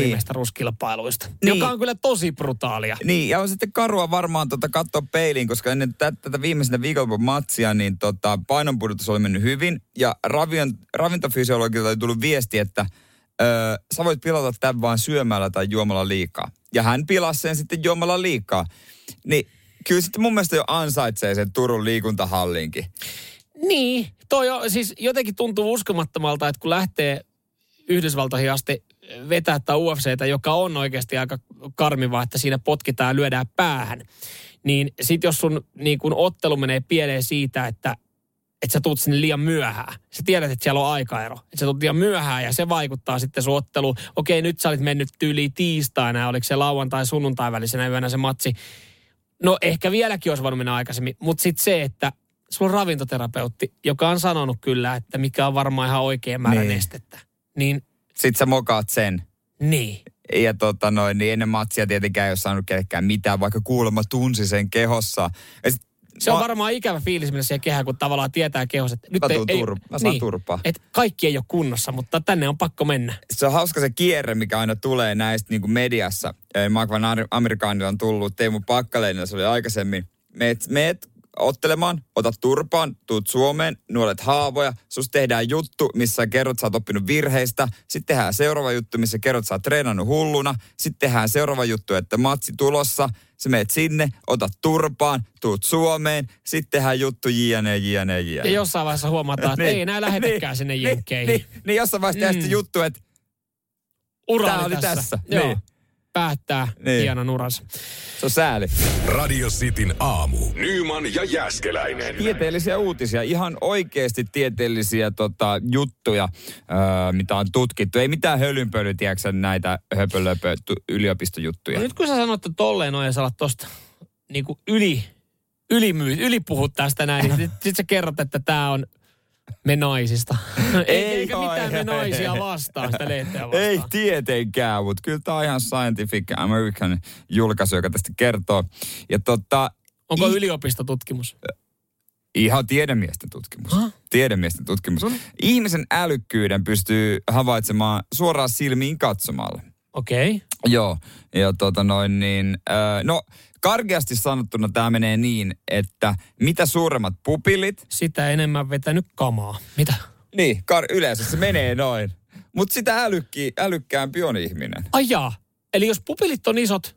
S3: piirimestaruuskilpailuista, niin.
S2: Niin.
S3: joka on kyllä tosi brutaalia.
S2: Niin, ja on sitten karua varmaan tota katsoa peiliin, koska ennen tä- tätä viimeisenä viikonlopun matsia, niin tota, painonpudotus oli mennyt hyvin. Ja ravion, ravintofysiologilta oli tullut viesti, että öö, sä voit pilata tämän vaan syömällä tai juomalla liikaa. Ja hän pilasi sen sitten juomalla liikaa. Niin kyllä sitten mun mielestä jo ansaitsee sen Turun liikuntahallinkin.
S3: Niin, toi on, siis jotenkin tuntuu uskomattomalta, että kun lähtee Yhdysvaltoihin asti vetää tätä UFCtä, joka on oikeasti aika karmivaa, että siinä potkitaan ja lyödään päähän, niin sit jos sun niin kun ottelu menee pieleen siitä, että että sä tuut sinne liian myöhään. Sä tiedät, että siellä on aikaero. Että sä tuut liian myöhään ja se vaikuttaa sitten sun otteluun. Okei, nyt sä olit mennyt tyyliin tiistaina ja oliko se lauantai sunnuntai välisenä yönä se matsi. No ehkä vieläkin olisi voinut mennä aikaisemmin, mutta sitten se, että sulla on ravintoterapeutti, joka on sanonut kyllä, että mikä on varmaan ihan oikea määrä
S2: Niin.
S3: niin. nestettä. Niin,
S2: Sitten sä mokaat sen.
S3: niin.
S2: Ja tota noin, niin ennen matsia tietenkään ei ole saanut kellekään mitään, vaikka kuulemma tunsi sen kehossa. Ja sit,
S3: Se on
S2: mä-
S3: varmaan ikävä fiilis mennä siihen kehään, kun tavallaan tietää kehos, että nyt
S2: Mä,
S3: ei,
S2: tuun
S3: ei,
S2: turpa, mä saan turpaa.
S3: Et kaikki ei ole kunnossa, mutta tänne on pakko mennä.
S2: se on hauska se kierre, mikä aina tulee näistä niin kuin mediassa. Eh, Mark Van Ar- Amerikaanilla on tullut, Teemu Pakkaleinen se oli aikaisemmin. Meet, meet ottelemaan, ota turpaan, tuut Suomeen, nuolet haavoja, sus tehdään juttu, missä kerrot, sä oot oppinut virheistä, sitten tehdään seuraava juttu, missä kerrot, sä oot treenannut hulluna, sitten tehdään seuraava juttu, että matsi tulossa, sä meet sinne, ota turpaan, tuut Suomeen, sitten tehdään juttu E, jne, jne,
S3: Ja
S2: jne.
S3: jossain vaiheessa huomataan, että ei enää lähetäkään sinne jenkkeihin.
S2: Niin, niin, niin jossain vaiheessa
S3: Mm.
S2: tehdään mm. juttu, että
S3: Ura
S2: tää oli tässä.
S3: Joo.
S2: Niin.
S3: Päättää niin.
S2: Niin.
S3: hienon uransa.
S2: se on sääli.
S1: Radio Cityn aamu. Nyman ja Jääskeläinen.
S2: Tieteellisiä uutisia, ihan oikeasti tieteellisiä tota, juttuja, öö, mitä on tutkittu. Ei mitään hölynpöly, tiedätkö näitä höpölöpö tu- yliopistojuttuja.
S3: No nyt kun sä sanot, että tolleen noin ja sä alat tosta niin kuin yli, yli, myy, yli puhut tästä näin, niin sit, sit sä kerrot, että tää on me naisista. ei,
S2: Ei
S3: eikä
S2: ole,
S3: mitään me
S2: ei.
S3: naisia vastaan, sitä lehteä vastaan.
S2: Ei tietenkään, mutta kyllä tämä on ihan Scientific American julkaisu, joka tästä kertoo. Ja tota,
S3: Onko
S2: I-
S3: yliopistotutkimus?
S2: Ihan tiedemiesten tutkimus. Huh? Tiedemiesten tutkimus.
S3: No niin.
S2: Ihmisen älykkyyden pystyy havaitsemaan suoraan silmiin katsomalla.
S3: Okei. Okay.
S2: Joo, ja tota noin niin, öö, no karkeasti sanottuna tämä menee niin, että mitä suuremmat pupilit,
S3: Sitä enemmän vetänyt kamaa. Mitä?
S2: niin kar- yleensä se menee noin, mutta sitä älykki, älykkäämpi on ihminen.
S3: Ai jaa. Eli jos pupilit on isot,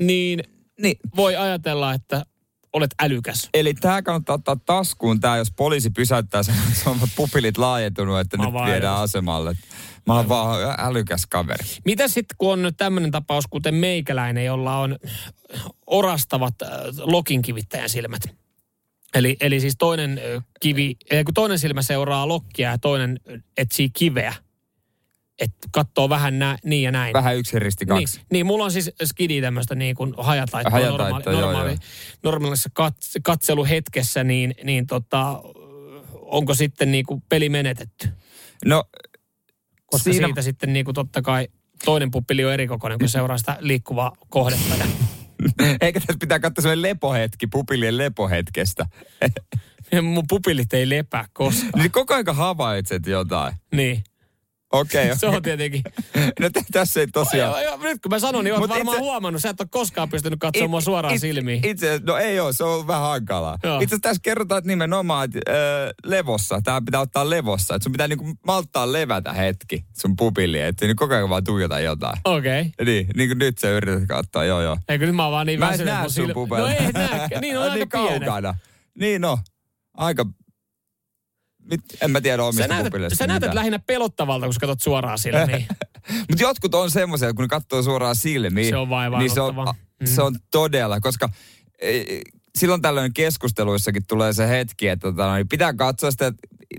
S3: niin
S2: Niin.
S3: voi ajatella, että olet älykäs.
S2: Eli tämä kannattaa ottaa taskuun tämä, jos poliisi pysäyttää sen, että se on pupilit laajentunut, että
S3: Mä
S2: nyt
S3: vaan
S2: viedään
S3: älykäs.
S2: asemalle. Mä oon vaan älykäs kaveri.
S3: Mitä sitten, kun on tämmöinen tapaus kuten meikäläinen, jolla on orastavat äh, lokinkivittäjän silmät? Eli, eli siis toinen ö, kivi, ei, kun toinen silmä seuraa lokkia ja toinen ö, etsii kiveä. Että katsoo vähän nä, niin ja näin.
S2: Vähän yksi risti
S3: Niin,
S2: kaksi.
S3: niin, mulla on siis skidi tämmöistä niin kuin hajataittoa
S2: Hajataittoa,
S3: normaali,
S2: joo,
S3: normaali,
S2: joo.
S3: normaalissa kat, katseluhetkessä, niin, niin tota, onko sitten niin kuin peli menetetty?
S2: No,
S3: Koska Siinä... siitä sitten niin kuin totta kai toinen puppili on erikokoinen, kun seuraa sitä liikkuvaa kohdetta. Ja
S2: Eikä tässä pitää katsoa sellainen lepohetki, pupilien lepohetkestä.
S3: ja mun pupilit ei lepää koskaan.
S2: Niin koko ajan havaitset jotain.
S3: niin.
S2: Okei.
S3: Se on tietenkin.
S2: No t- tässä ei tosiaan...
S3: Joo, joo, Nyt kun mä sanon, niin oot
S2: Mut
S3: varmaan
S2: itse-
S3: huomannut. Sä et ole koskaan pystynyt katsomaan mua suoraan
S2: it-
S3: silmiin.
S2: Itse asiassa- no ei ole, se on ollut vähän hankalaa. Itse
S3: Joo.
S2: asiassa tässä kerrotaan että nimenomaan, että öö, levossa, tämä pitää ottaa levossa. Että sun pitää niinku malttaa levätä hetki sun pupilli, että nyt koko ajan vaan tuijota jotain.
S3: Okei.
S2: Niin, niin kuin nyt sä yrität katsoa, joo joo.
S3: Eikö nyt mä oon vaan niin
S2: Mä en
S3: väsynyt, että
S2: näe
S3: mun
S2: sun
S3: silmä-
S2: pupelia.
S3: No ei et näekään. Niin on aika pienet.
S2: kaukana. Niin no, aika... Mit, en mä tiedä omista
S3: Sä näytät,
S2: pupileista
S3: sä näytät
S2: mitään. Eh.
S3: lähinnä pelottavalta, kun sä katsot suoraan niin- silmiin.
S2: Mutta jotkut on semmoisia, että kun ne katsoo suoraan silmiin,
S3: Se on
S2: niin se on,
S3: vaivaannuttavaa. Mm.
S2: se on todella, koska e, silloin tällöin keskusteluissakin tulee se hetki, että tota, niin pitää katsoa sitä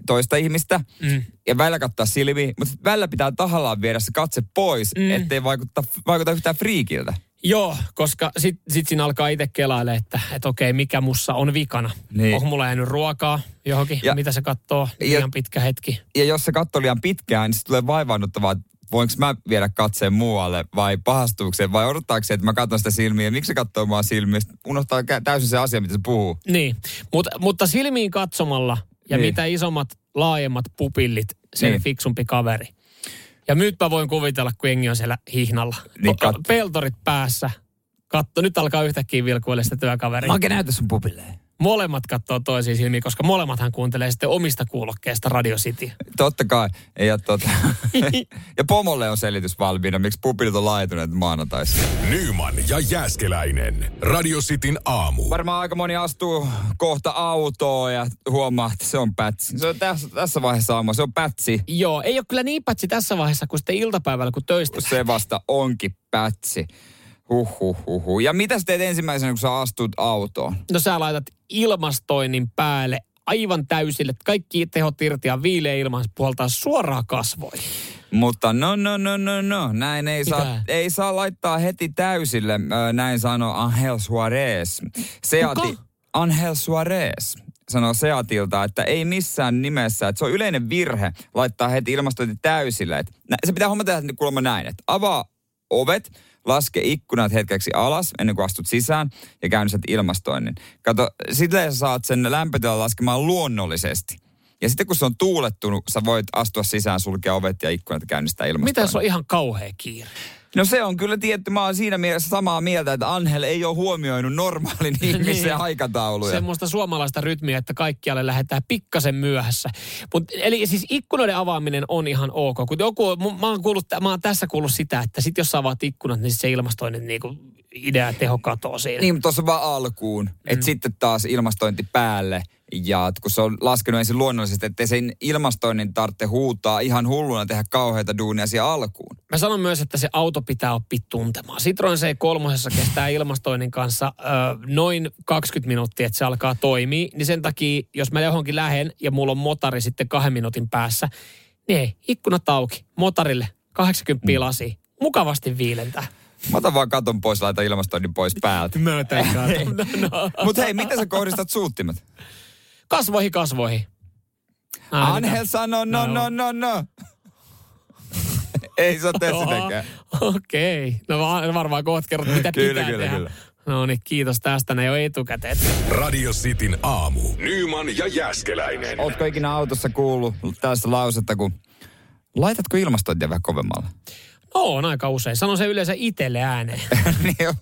S2: toista ihmistä
S3: Mm.
S2: ja välillä katsoa silmiin, mutta sit välillä pitää tahallaan viedä se katse pois,
S3: Mm.
S2: mm. ettei vaikuta, vaikuta yhtään friikiltä.
S3: Joo, koska sit, sit siinä alkaa itse kelailla, että et okei, mikä mussa on vikana. Niin.
S2: Niin.
S3: Onko mulla jäänyt ruokaa johonkin, ja,
S2: Ja-
S3: mitä se kattoo,
S2: ja-
S3: liian pitkä hetki.
S2: Ja jos se katsoo liian pitkään, niin se tulee vaivaannuttavaa, että voinko mä viedä katseen muualle vai pahastuuko se, vai odottaako se, että mä katson sitä silmiä, miksi se katsoo mua silmiä, Sit unohtaa kä- täysin se asia, mitä se puhuu.
S3: Niin, Mut, mutta silmiin katsomalla ja niin.
S2: Niin.
S3: mitä isommat, laajemmat pupillit, sen niin.
S2: Niin.
S3: fiksumpi kaveri. Ja nyt mä voin kuvitella, kun jengi on siellä hihnalla.
S2: Niin,
S3: Ko-
S2: katso.
S3: Peltorit päässä. Katto, nyt alkaa yhtäkkiä vilkuilla sitä työkaveria.
S2: Make näytä sun pupilleen.
S3: molemmat katsoo toisiin silmiin, koska molemmathan kuuntelee sitten omista kuulokkeista Radio City.
S2: Totta kai. Ja, tota, ja pomolle on selitys valmiina, miksi pupilit on laajentuneet maanantaisin.
S1: Nyman ja Jääskeläinen. Radio Cityn aamu.
S2: Varmaan aika moni astuu kohta autoon ja huomaa, että se on pätsi. Se on tässä, tässä vaiheessa aamua, se on pätsi.
S3: Joo, ei ole kyllä niin patsi tässä vaiheessa kuin sitten iltapäivällä, kun töistä.
S2: Se vasta onkin pätsi. Huhhuh, huhhuh. Ja mitä sä teet ensimmäisenä, kun sä astut autoon?
S3: No sä laitat ilmastoinnin päälle aivan täysille. Kaikki tehot irti ja viileä ilman puoltaa suoraan kasvoihin.
S2: Mutta no, no, no, no, no. Näin ei saa,
S3: Mitä?
S2: ei saa laittaa heti täysille. Ö, Näin sanoo Angel Suarez. Seati,
S3: Kuka?
S2: Angel Suarez sanoo Seatilta, että ei missään nimessä, että se on yleinen virhe laittaa heti ilmastointi täysille. Et nä- se pitää homma tehdä kuulemma näin, että avaa ovet, laske ikkunat hetkeksi alas ennen kuin astut sisään ja käynnistät ilmastoinnin. Kato, sillä sä saat sen lämpötilan laskemaan luonnollisesti. Ja sitten kun se on tuulettunut, sä voit astua sisään, sulkea ovet ja ikkunat ja käynnistää ilmastoinnin.
S3: Mitä jos on ihan kauhea kiire?
S2: No se on kyllä tietty, mä oon siinä mielessä samaa mieltä, että Angel ei ole huomioinut normaalin ihmisen
S3: Niin.
S2: aikatauluja.
S3: Semmoista suomalaista rytmiä, että kaikkialle lähdetään pikkasen myöhässä. Mut, eli siis ikkunoiden avaaminen on ihan ok. Kun joku, mu- mä, oon kuullut, mä oon tässä kuullut sitä, että sit jos sä avaat ikkunat, niin sit se ilmastoinnin niinku idea ja teho katoo siinä.
S2: Niin, mutta tuossa vaan alkuun. Mm. Että sitten taas ilmastointi päälle. Ja et kun se on laskenut ensin luonnollisesti, ettei sen ilmastoinnin tarvitse huutaa ihan hulluna tehdä kauheita duunia siihen alkuun.
S3: Mä sanon myös, että se auto pitää oppia tuntemaan. Citroen C3 kestää ilmastoinnin kanssa ö, noin 20 minuuttia, että se alkaa toimia. Niin sen takia, jos mä johonkin lähen ja mulla on motari sitten kahden minuutin päässä, niin ei, ikkunat auki, motarille, 80 mm. lasi, mukavasti viilentää.
S2: Mä otan vaan katon pois, laitan ilmastoinnin pois päältä.
S3: Myötän no, no.
S2: Mutta hei, miten sä kohdistat suuttimet?
S3: Kasvoihin, kasvoihin. Ai,
S2: Angel sanoo no no no no. Ei se ole tee sitäkään.
S3: Okei. Okay. No va- varmaan kohta kerrot, mitä
S2: Kyllä,
S3: pitää
S2: kyllä,
S3: tehdä.
S2: kyllä.
S3: No niin, kiitos tästä ne jo etukäteen.
S1: Radio Cityn aamu. Nyman ja Jäskeläinen.
S2: Ootko ikinä autossa kuullut tällaista lausetta, kun laitatko ilmastointia vähän kovemmalle?
S3: No on aika usein. Sanon se yleensä itselle ääneen.
S2: niin, jo.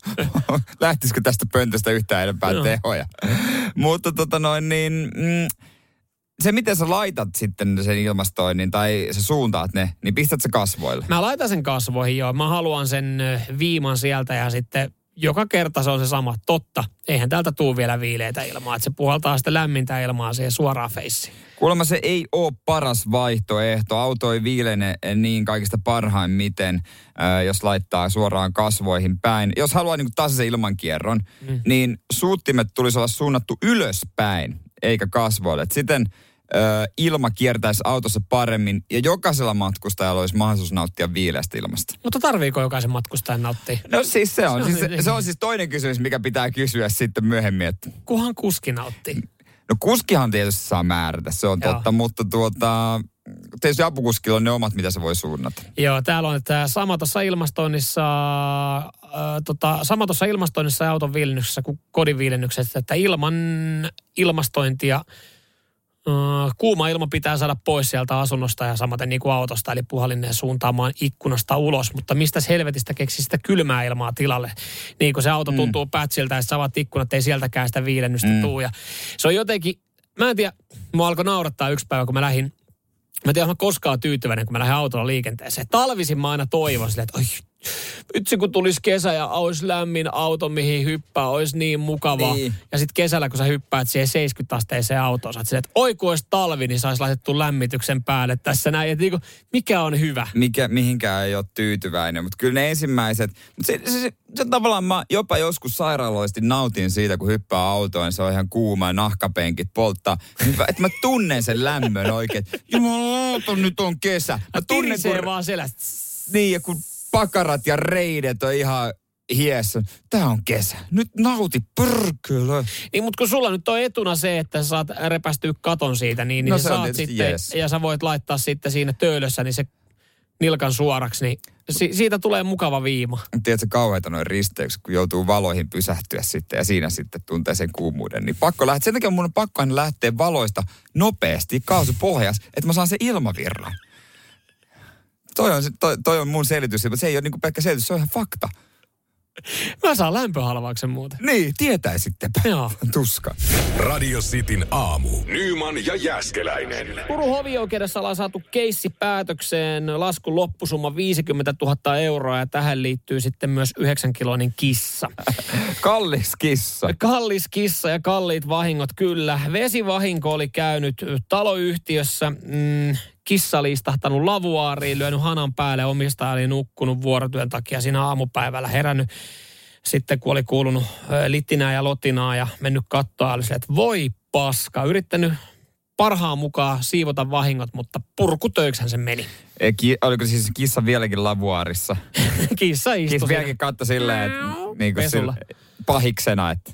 S2: lähtisikö tästä pöntöstä yhtään enempää
S3: Joo.
S2: tehoja? Mutta tota noin, niin mm, se miten sä laitat sitten sen ilmastoinnin tai sä suuntaat ne, niin pistät se kasvoille.
S3: Mä laitan sen kasvoihin joo. Mä haluan sen ö, viiman sieltä ja sitten joka kerta se on se sama. Totta. Eihän täältä tuu vielä viileitä ilmaa. Että se puhaltaa sitä lämmintä ilmaa siihen suoraan feissiin.
S2: Kuulemma se ei ole paras vaihtoehto. Auto ei viilene niin kaikista parhaimmiten, äh, jos laittaa suoraan kasvoihin päin. Jos haluaa niin tasaisen ilmankierron, mm. niin suuttimet tulisi olla suunnattu ylöspäin, eikä kasvoille. Et siten äh, ilma kiertäisi autossa paremmin ja jokaisella matkustajalla olisi mahdollisuus nauttia viileästä ilmasta.
S3: Mutta tarviiko jokaisen matkustajan nauttia?
S2: No siis se on.
S3: Se on
S2: Siis se,
S3: niin.
S2: se on siis toinen kysymys, mikä pitää kysyä sitten myöhemmin, että
S3: Kuhan kuski nauttii.
S2: No kuskihan tietysti saa määrätä, se on
S3: Joo.
S2: totta, mutta tuota, tietysti apukuskilla on ne omat, mitä se voi suunnata.
S3: Joo, täällä on, että sama tuossa ilmastoinnissa, äh, tota, sama tuossa ilmastoinnissa ja auton viilennyksessä kuin kodin viilennyksessä, että ilman ilmastointia äh, kuuma ilma pitää saada pois sieltä asunnosta ja samaten niin kuin autosta, eli puhallineen suuntaamaan ikkunasta ulos, mutta mistä helvetistä keksi sitä kylmää ilmaa tilalle, niin kun se auto tuntuu pätsiltä ja sä avaat ikkunat, ei sieltäkään sitä viilennystä tuu ja se on jotenkin, mä en tiedä, mua alkoi naurattaa yksi päivä, kun mä lähdin Mä en tiedä, onko mä koskaan tyytyväinen, kun mä lähden autolla liikenteeseen. Talvisin mä aina toivon silleen, että oi, vitsi kun tulisi kesä ja olisi lämmin auto, mihin hyppää, olisi niin mukavaa.
S2: Niin.
S3: Niin. Ja sitten kesällä, kun sä hyppäät siihen 70 asteeseen autoon, sä oot silleen, että oi kun olisi talvi, niin saisi laitettu lämmityksen päälle tässä näin. Että niinku, mikä on hyvä?
S2: Mikä, mihinkään ei ole tyytyväinen, mutta kyllä ne ensimmäiset, mutta se, se, se, se, tavallaan mä jopa joskus sairaaloisesti nautin siitä, kun hyppää autoon, niin se on ihan kuuma ja nahkapenkit polttaa, Hyvä, että mä tunnen sen lämmön oikein. Jumalauta, nyt on kesä. Mä tunnen,
S3: Tirisee
S2: kun
S3: vaan selästä.
S2: Niin, ja kun pakarat ja reidet on ihan hiessä. Tää on kesä. Nyt nauti, pörkölö.
S3: Niin, mutta kun sulla nyt on etuna se, että sä saat repästyä katon siitä, niin, niin
S2: No
S3: sä
S2: se on
S3: saat
S2: tietysti
S3: sitten,
S2: jees.
S3: ja sä voit laittaa sitten siinä töölössä, niin se nilkan suoraksi, niin si- siitä tulee mukava viima.
S2: Tiedätkö, kauheita noin risteykset, kun joutuu valoihin pysähtyä sitten ja siinä sitten tuntee sen kuumuuden. Niin pakko lähteä. Sen takia mun on pakko aina lähteä valoista nopeasti kaasupohjas, että mä saan sen ilmavirran. Toi on, se- toi, toi on mun selitys, mutta se ei ole niinku pelkkä selitys, se on ihan fakta.
S3: Mä saan lämpöhalvauksen muuten.
S2: Niin, tietäisittepä.
S3: Joo.
S2: Tuska.
S1: Radio Cityn aamu. Nyman ja Jäskeläinen.
S3: Turun hovioikeudessa ollaan saatu keissi päätökseen. Laskun loppusumma 50 000 euroa ja tähän liittyy sitten myös 9-kiloinen kissa.
S2: Kallis kissa.
S3: Kallis kissa ja kalliit vahingot, kyllä. Vesivahinko oli käynyt taloyhtiössä. Mm, kissa oli istahtanut lavuaariin, lyönyt hanan päälle. Omistaja oli nukkunut vuorotyön takia siinä aamupäivällä herännyt. Sitten kun oli kuulunut ö, litinää ja lotinaa ja mennyt kattoa, oli se, että voi paska. Yrittänyt parhaan mukaan siivota vahingot, mutta purkutöikshän se meni.
S2: Ei, ki- oliko siis kissa vieläkin lavuaarissa?
S3: Kissa istui
S2: Kissa
S3: siinä.
S2: vieläkin katto silleen, että niin kuin
S3: Pesulla.
S2: sille, pahiksena, että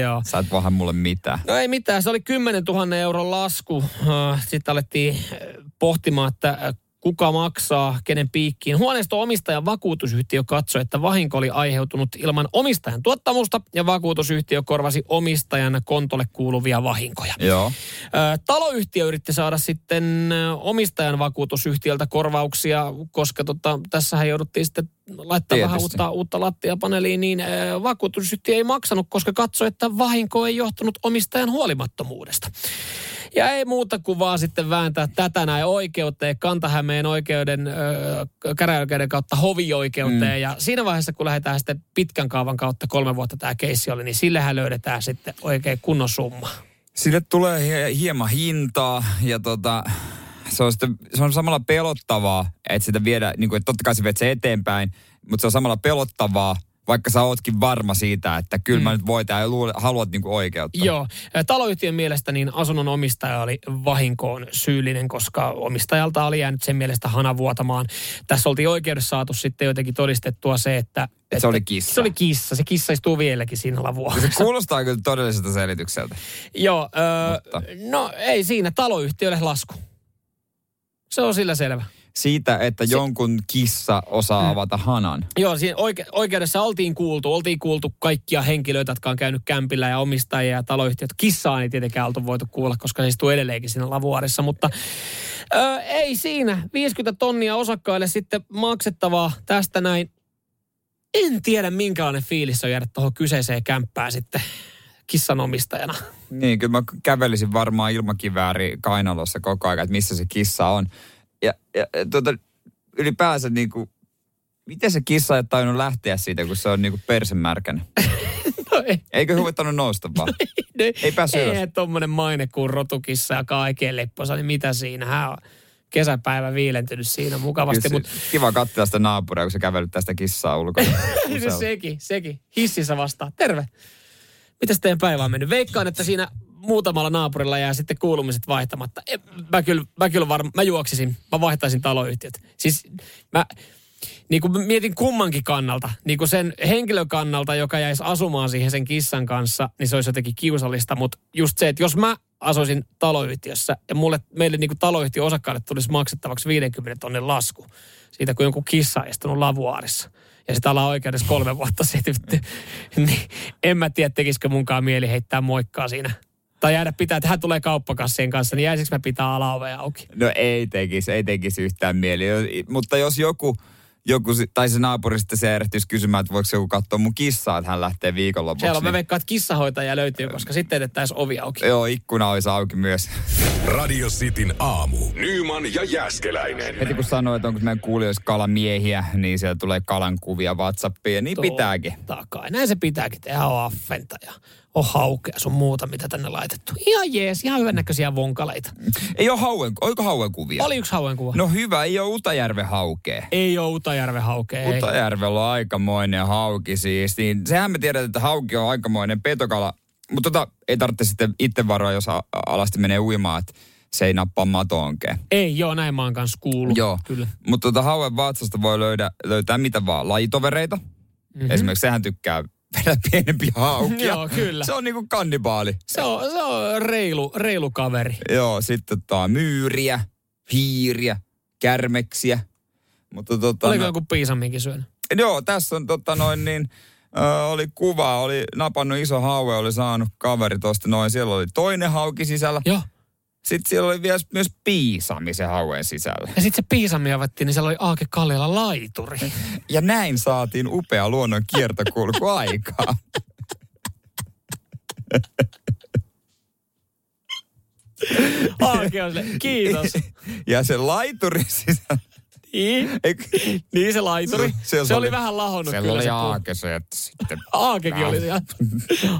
S3: Joo.
S2: sä et vähän mulle mitään.
S3: No ei mitään, se oli 10 000 euron lasku. Äh, Sitten alettiin äh, pohtimaan, että äh, kuka maksaa, kenen piikkiin. Huoneisto-omistajan vakuutusyhtiö katsoi, että vahinko oli aiheutunut ilman omistajan tuottamusta ja vakuutusyhtiö korvasi omistajan kontolle kuuluvia vahinkoja.
S2: Joo.
S3: Ö, Taloyhtiö yritti saada sitten ö, omistajan vakuutusyhtiöltä korvauksia, koska tota, tässähän jouduttiin sitten laittaa vähän
S2: Tietysti.
S3: uutta, uutta lattiapaneeliin, niin ö, vakuutusyhtiö ei maksanut, koska katsoi, että vahinko ei johtunut omistajan huolimattomuudesta. Ja ei muuta kuin vaan sitten vääntää tätä näin oikeuteen, Kantahämeen oikeuden, ö, käräjäoikeuden kautta hovioikeuteen. Mm. Ja siinä vaiheessa, kun lähdetään sitten pitkän kaavan kautta kolme vuotta tämä keissi oli, niin sillähän löydetään sitten oikein kunnon summa.
S2: Sille tulee hie- hieman hintaa ja tota, se on, sitten, se on samalla pelottavaa, että sitä viedä, niin kuin, että totta kai sä viet se eteenpäin, mutta se on samalla pelottavaa, vaikka sä ootkin varma siitä, että kyllä mm. mä nyt voitan ja luule, haluat niin kuin oikeutta.
S3: Joo. Taloyhtiön mielestä niin asunnon omistaja oli vahinkoon syyllinen, koska omistajalta oli jäänyt sen mielestä hana vuotamaan. Tässä oltiin oikeudessa saatu sitten jotenkin todistettua se, että...
S2: Et se oli kissa.
S3: Se oli kissa. Se kissa istuu vieläkin siinä lavua.
S2: Se kuulostaa kyllä todelliselta selitykseltä.
S3: Joo. Ö,
S2: Mutta.
S3: no ei siinä. Taloyhtiölle lasku. Se on sillä selvä.
S2: Siitä, että jonkun kissa
S3: Mm.
S2: osaa avata hanan.
S3: Joo, siinä oike- oikeudessa oltiin kuultu, oltiin kuultu kaikkia henkilöitä, jotka on käynyt kämpillä ja omistajia ja taloyhtiöt. Kissaa ei tietenkään oltu voitu kuulla, koska se istuu edelleenkin siinä lavuaarissa, mutta ö, ei siinä. 50 tonnia osakkaille sitten maksettavaa tästä näin. En tiedä, minkälainen fiilis on jäädä tuohon kyseiseen kämppään sitten kissanomistajana.
S2: Niin, kyllä mä kävelisin varmaan ilmakivääri kainalossa koko ajan, että missä se kissa on. Ja, ja tuota, ylipäänsä niin kuin, miten se kissa ei ole tainnut lähteä siitä, kun se on niin kuin persemärkänä?
S3: No ei,
S2: Eikö huvittanut nousta vaan?
S3: ne,
S2: Ei päässyt ylös.
S3: Eihän tuommoinen maine kuin rotukissa ja kaiken lepposa, niin mitä siinä? Hän on kesäpäivä viilentynyt siinä mukavasti,
S2: Kyllä
S3: mutta
S2: se- Kiva katsoa sitä naapuria, kun sä kävelet tästä kissaa ulkona.
S3: No Se, sekin, sekin. Hississä vastaa. Terve. Mitäs teidän päivä on mennyt? Veikkaan, että siinä muutamalla naapurilla jää sitten kuulumiset vaihtamatta. En- Mä kyllä, mä kyllä varma, mä juoksisin, mä vaihtaisin taloyhtiöt. Siis mä, niin kuin mietin kummankin kannalta, niin kuin sen henkilön kannalta, joka jäisi asumaan siihen sen kissan kanssa, niin se olisi jotenkin kiusallista, mutta just se, että jos mä asuisin taloyhtiössä ja mulle, meille niin kuin taloyhtiön osakkaille tulisi maksettavaksi 50 tonnin lasku siitä, kun jonkun kissa on istunut lavuaarissa ja sitä ollaan oikeudessa kolme vuotta sitten, vittu. niin en mä tiedä, tekisikö munkaan mieli heittää moikkaa siinä. Tai jäädä pitää, että hän tulee kauppakassien kanssa, niin jäisikö mä pitää alaovea auki?
S2: No ei tekisi, ei tekisi yhtään mieli. Jo- i- Mutta jos joku, joku si- tai se naapuri sitten se erehtyisi kysymään, että voiko joku katsoa mun kissaa, että hän lähtee viikonlopuksi. niin
S3: Siellä on, mä veikkaan, että kissahoitaja löytyy, koska sitten edettäisiin ovi auki.
S2: Joo, ikkuna olisi auki myös.
S1: Radio Cityn aamu. Nyman ja Jääskeläinen.
S2: Heti kun sanoo, että onko meidän kuulijoissa kalamiehiä, niin siellä tulee kalan kuvia Whatsappiin. Ja niin pitääkin.
S3: Totta kai. Näin se pitääkin tehdä. On affenta ja on haukea sun muuta, mitä tänne laitettu. Ihan jees, ihan hyvännäköisiä vonkaleita.
S2: Ei ole hauen, oiko hauen kuvia?
S3: Oli yksi hauen kuva.
S2: Mm, No hyvä, ei ole Utajärven haukea.
S3: Ei ole Utajärven haukea. ei.
S2: Utajärvellä on aikamoinen hauki siis. Niin, sehän me tiedetään, että hauki on aikamoinen petokala. Mutta tota, ei tarvitse sitten itse varoa, jos a- alasti menee uimaan, että se ei nappaa matonkeen.
S3: Ei, joo, näin mä oon kanssa kuullut.
S2: Joo,
S3: Kyllä.
S2: mutta tuota hauen vatsasta voi löydä, löytää mitä vaan, lajitovereita. Mm-hmm. Esimerkiksi sehän tykkää vedä pienempiä haukia.
S3: Mhm. Joo, kyllä.
S2: Se on niinku kannibaali.
S3: Se on, se on reilu, reilu kaveri.
S2: Joo, sitten tota, myyriä, hiiriä, kärmeksiä. Mutta tota,
S3: Oliko
S2: no,
S3: joku piisamminkin syönyt?
S2: joo, tässä on tota noin niin, ö, oli kuva, oli napannut iso haue, oli saanut kaveri tosta noin. Siellä oli toinen hauki sisällä.
S3: Joo.
S2: Sitten siellä oli vielä myös piisami se hauen sisällä.
S3: Ja sitten se piisami avattiin, niin siellä oli Aake Kallialla laituri.
S2: Ja näin saatiin upea luonnon kiertokulku aikaa.
S3: Aake on sille, kiitos.
S2: Ja se laituri sisällä.
S3: Niin,
S2: Eikö-
S3: niin se laituri. Se,
S2: Siellä
S3: oli, vähän lahonnut
S2: Siellä
S3: kyllä.
S2: oli
S3: se puu.
S2: aake se, että sitten...
S3: Aakekin oli siellä.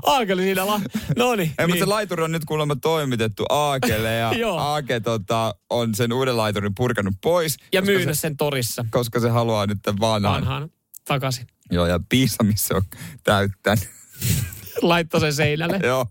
S3: Aake oli siinä la... No niin.
S2: Ei, mutta se laituri on nyt kuulemma toimitettu Aakelle ja
S3: Joo.
S2: Aake tota, on sen uuden laiturin purkanut pois,
S3: ja
S2: koska,
S3: myynyt sen torissa
S2: koska se haluaa nyt tämän vanhan.
S3: vanhaan takaisin.
S2: Joo, ja piisamissa on täyttänyt.
S3: Laittoi sen seinälle.
S2: Joo.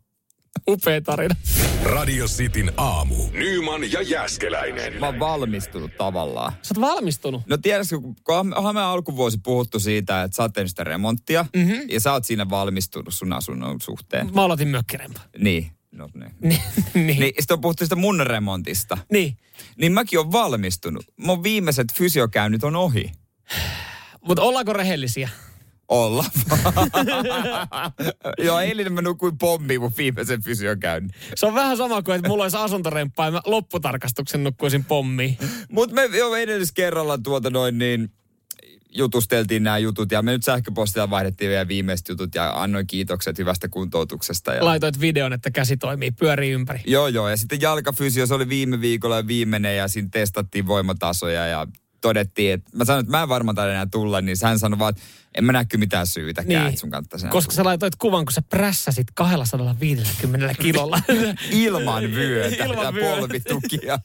S3: Upea tarina.
S1: Radio Cityn aamu. Nyman ja Jääskeläinen.
S2: Mä oon valmistunut tavallaan.
S3: Sä oot valmistunut.
S2: No tiedätkö, kun onhan- onhan me alkuvuosi puhuttu siitä, että sä oot tehnyt sitä remonttia
S3: Mhm.
S2: mm-hmm. ja sä oot siinä valmistunut sun asunnon suhteen.
S3: Mä aloitin mökkirempaa.
S2: Niin, no niin.
S3: Mm. niin.
S2: Niin, sitten on puhuttu sitä mun remontista.
S3: niin.
S2: niin mäkin on valmistunut. Mun viimeiset fysiokäynnit on ohi.
S3: Mutta ollaanko rehellisiä?
S2: Olla vaan. Joo, eilen mä nukuin pommiin mun viimeisen fysiokäynnin.
S3: Se on vähän sama kuin, että mulla olisi asuntoremppa ja mä lopputarkastuksen nukkuisin pommiin.
S2: Mutta me jo edelliskerralla tuota noin niin jutusteltiin nämä jutut ja me nyt sähköpostilla vaihdettiin vielä viimeiset jutut ja annoin kiitokset hyvästä kuntoutuksesta. Ja...
S3: Laitoit videon, että käsi toimii, pyörii ympäri.
S2: Joo, joo. Ja sitten jalkafysio, se oli viime viikolla ja viimeinen ja siinä testattiin voimatasoja ja todettiin, että mä sanoin, että mä en varmaan taida enää tulla, niin hän sanoi vaan, että en mä näky mitään syytäkään,
S3: Niin.
S2: niin. että sun kannattaisi enää
S3: Koska sä laitoit kuvan, kun sä prässäsit 250 kilolla.
S2: ilman vyötä
S3: Ilman
S2: ja
S3: vyötä.
S2: polvitukia.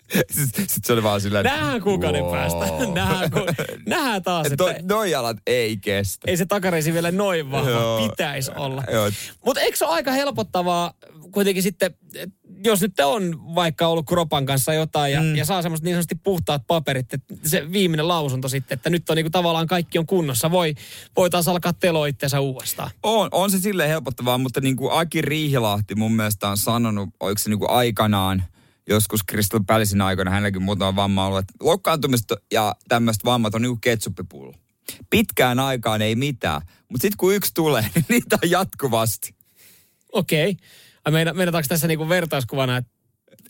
S2: Sitten se oli vaan sillä, että
S3: Nähdään kuukauden
S2: wow.
S3: päästä. Nähdään, ku... Nähdään taas,
S2: Et
S3: että
S2: Toi, noi jalat ei kestä.
S3: ei se takareisi vielä noin vahva.
S2: Joo.
S3: Pitäisi olla.
S2: Joo.
S3: Mutta eikö se ole aika helpottavaa kuitenkin sitten, et jos nyt on vaikka ollut kropan kanssa jotain ja, mm. ja saa semmoiset niin sanotusti puhtaat paperit, että se viimeinen lausunto sitten, että nyt on niinku tavallaan kaikki on kunnossa, voi, voi taas alkaa teloa itseänsä uudestaan.
S2: On, on se sille helpottavaa, mutta niin kuin Aki Riihilahti mun mielestä on sanonut, oliko se niin kuin aikanaan, joskus Crystal Palacein aikana, hänelläkin muutama vamma ollut, että loukkaantumista ja tämmöiset vammat on niin kuin ketsuppipullo. Pitkään aikaan ei mitään, mutta sitten kun yksi tulee, niin niitä on jatkuvasti.
S3: Okei. Okay. Meina, meinataanko tässä niinku vertauskuvana, että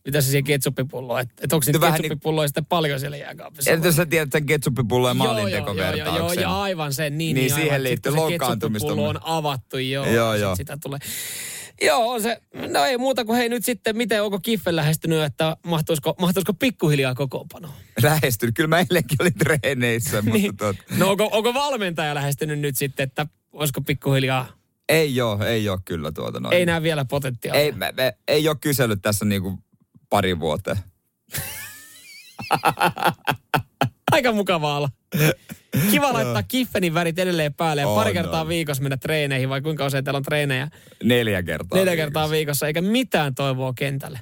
S3: mitä se siihen ketsuppipulloon, että et onko niitä
S2: No vähän
S3: ketsuppipulloja niin... sitten paljon siellä jääkaapissa?
S2: Entä jos sä tiedät sen ketsuppipullon ja
S3: joo, joo,
S2: maalintekovertauksen?
S3: joo, aivan sen, niin,
S2: Niin siihen
S3: aivan.
S2: liittyy
S3: Sitten kun se
S2: loukkaantumista.
S3: ketsuppipullo on avattu, joo,
S2: Joo,
S3: sit
S2: joo.
S3: sitä tulee. Joo, on se, no ei muuta kuin hei nyt sitten, miten onko Kiffen lähestynyt, että mahtuisiko, mahtuisiko pikkuhiljaa kokoonpanoon?
S2: Lähestynyt. Kyllä mä eilenkin olin treeneissä, mutta
S3: Niin.
S2: tuota,
S3: No onko, onko valmentaja lähestynyt nyt sitten, että olisiko pikkuhiljaa,
S2: ei joo, ei joo kyllä tuota noin.
S3: ei näe vielä potentiaalia?
S2: Ei, me, me, ei ole kysellyt tässä niinku pari vuoteen.
S3: Aika mukavaa olla. Kiva laittaa Kiffenin värit edelleen päälle ja
S2: On,
S3: pari kertaa
S2: on.
S3: viikossa mennä treeneihin, vai kuinka usein teillä on treenejä?
S2: Neljä kertaa.
S3: Neljä kertaa viikossa, eikä mitään toivoa kentälle.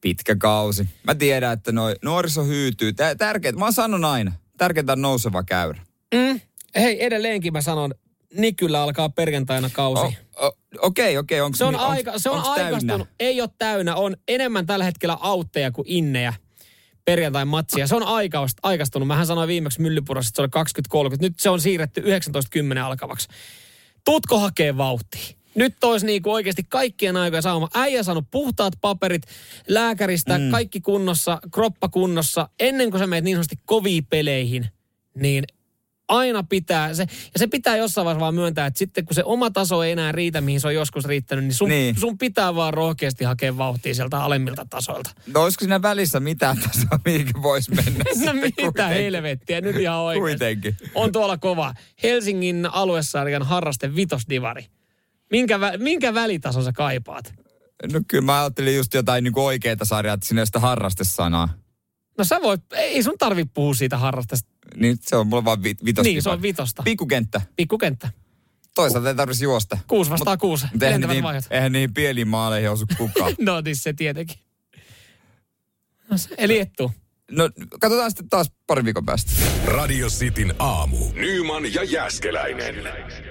S2: Pitkä kausi. Mä tiedän, että noi nuoriso hyytyy. Tää- Tärkeet, mä oon sanonut aina, tärkeintä on nouseva käyrä.
S3: Mm. Hei, edelleenkin mä sanon, Nikyllä alkaa perjantaina kausi.
S2: O-
S3: Oh.
S2: o- Okei, okei, onko
S3: Se on, aika, se on aikastunut, ei ole täynnä, on enemmän tällä hetkellä autteja kuin innejä perjantain matsia. Se on aikaust, aikastunut. Mähän sanoin viimeksi Myllypurossa, että se oli 20.30. Nyt se on siirretty 19.10 alkavaksi. Tutko hakee vauhtia? Nyt olisi niinku oikeasti kaikkien aikojen sauma. Äijä saanut puhtaat paperit lääkäristä, mm. kaikki kunnossa, kroppa kunnossa. Ennen kuin sä meet niin sanotusti koviin peleihin, niin aina pitää se, ja se pitää jossain vaiheessa vaan myöntää, että sitten kun se oma taso ei enää riitä, mihin se on joskus riittänyt, niin sun, niin.
S2: Niin.
S3: sun pitää vaan rohkeasti hakea vauhtia sieltä alemmilta tasoilta.
S2: No olisiko siinä välissä mitään tasoa, mihinkä voisi mennä?
S3: No
S2: sitten
S3: mitä
S2: niin, kuitenkin?
S3: helvettiä, nyt ihan oikein.
S2: Kuitenkin.
S3: On tuolla kova. Helsingin aluesarjan harraste vitosdivari. Minkä, vä- minkä välitason sä kaipaat?
S2: No kyllä mä ajattelin just jotain niin oikeita sarjaa, että sinne sitä harrastesanaa.
S3: No sä voit, ei sun tarvi puhua siitä harrastesta.
S2: Niin se on mulla vaan vi- vitos.
S3: Niin, se on vitosta.
S2: Pikkukenttä.
S3: Pikkukenttä.
S2: Toisaalta ei tarvitsisi juosta.
S3: Kuusi vastaan kuusi.
S2: Mutta eihän,
S3: Lentävät
S2: niin,
S3: vaihdot.
S2: eihän niihin pieniin maaleihin osu kukaan.
S3: No niin se tietenkin. No se, eli et tuu.
S2: No katsotaan sitten taas pari viikon päästä.
S1: Radio Cityn aamu. Nyman ja Jäskeläinen.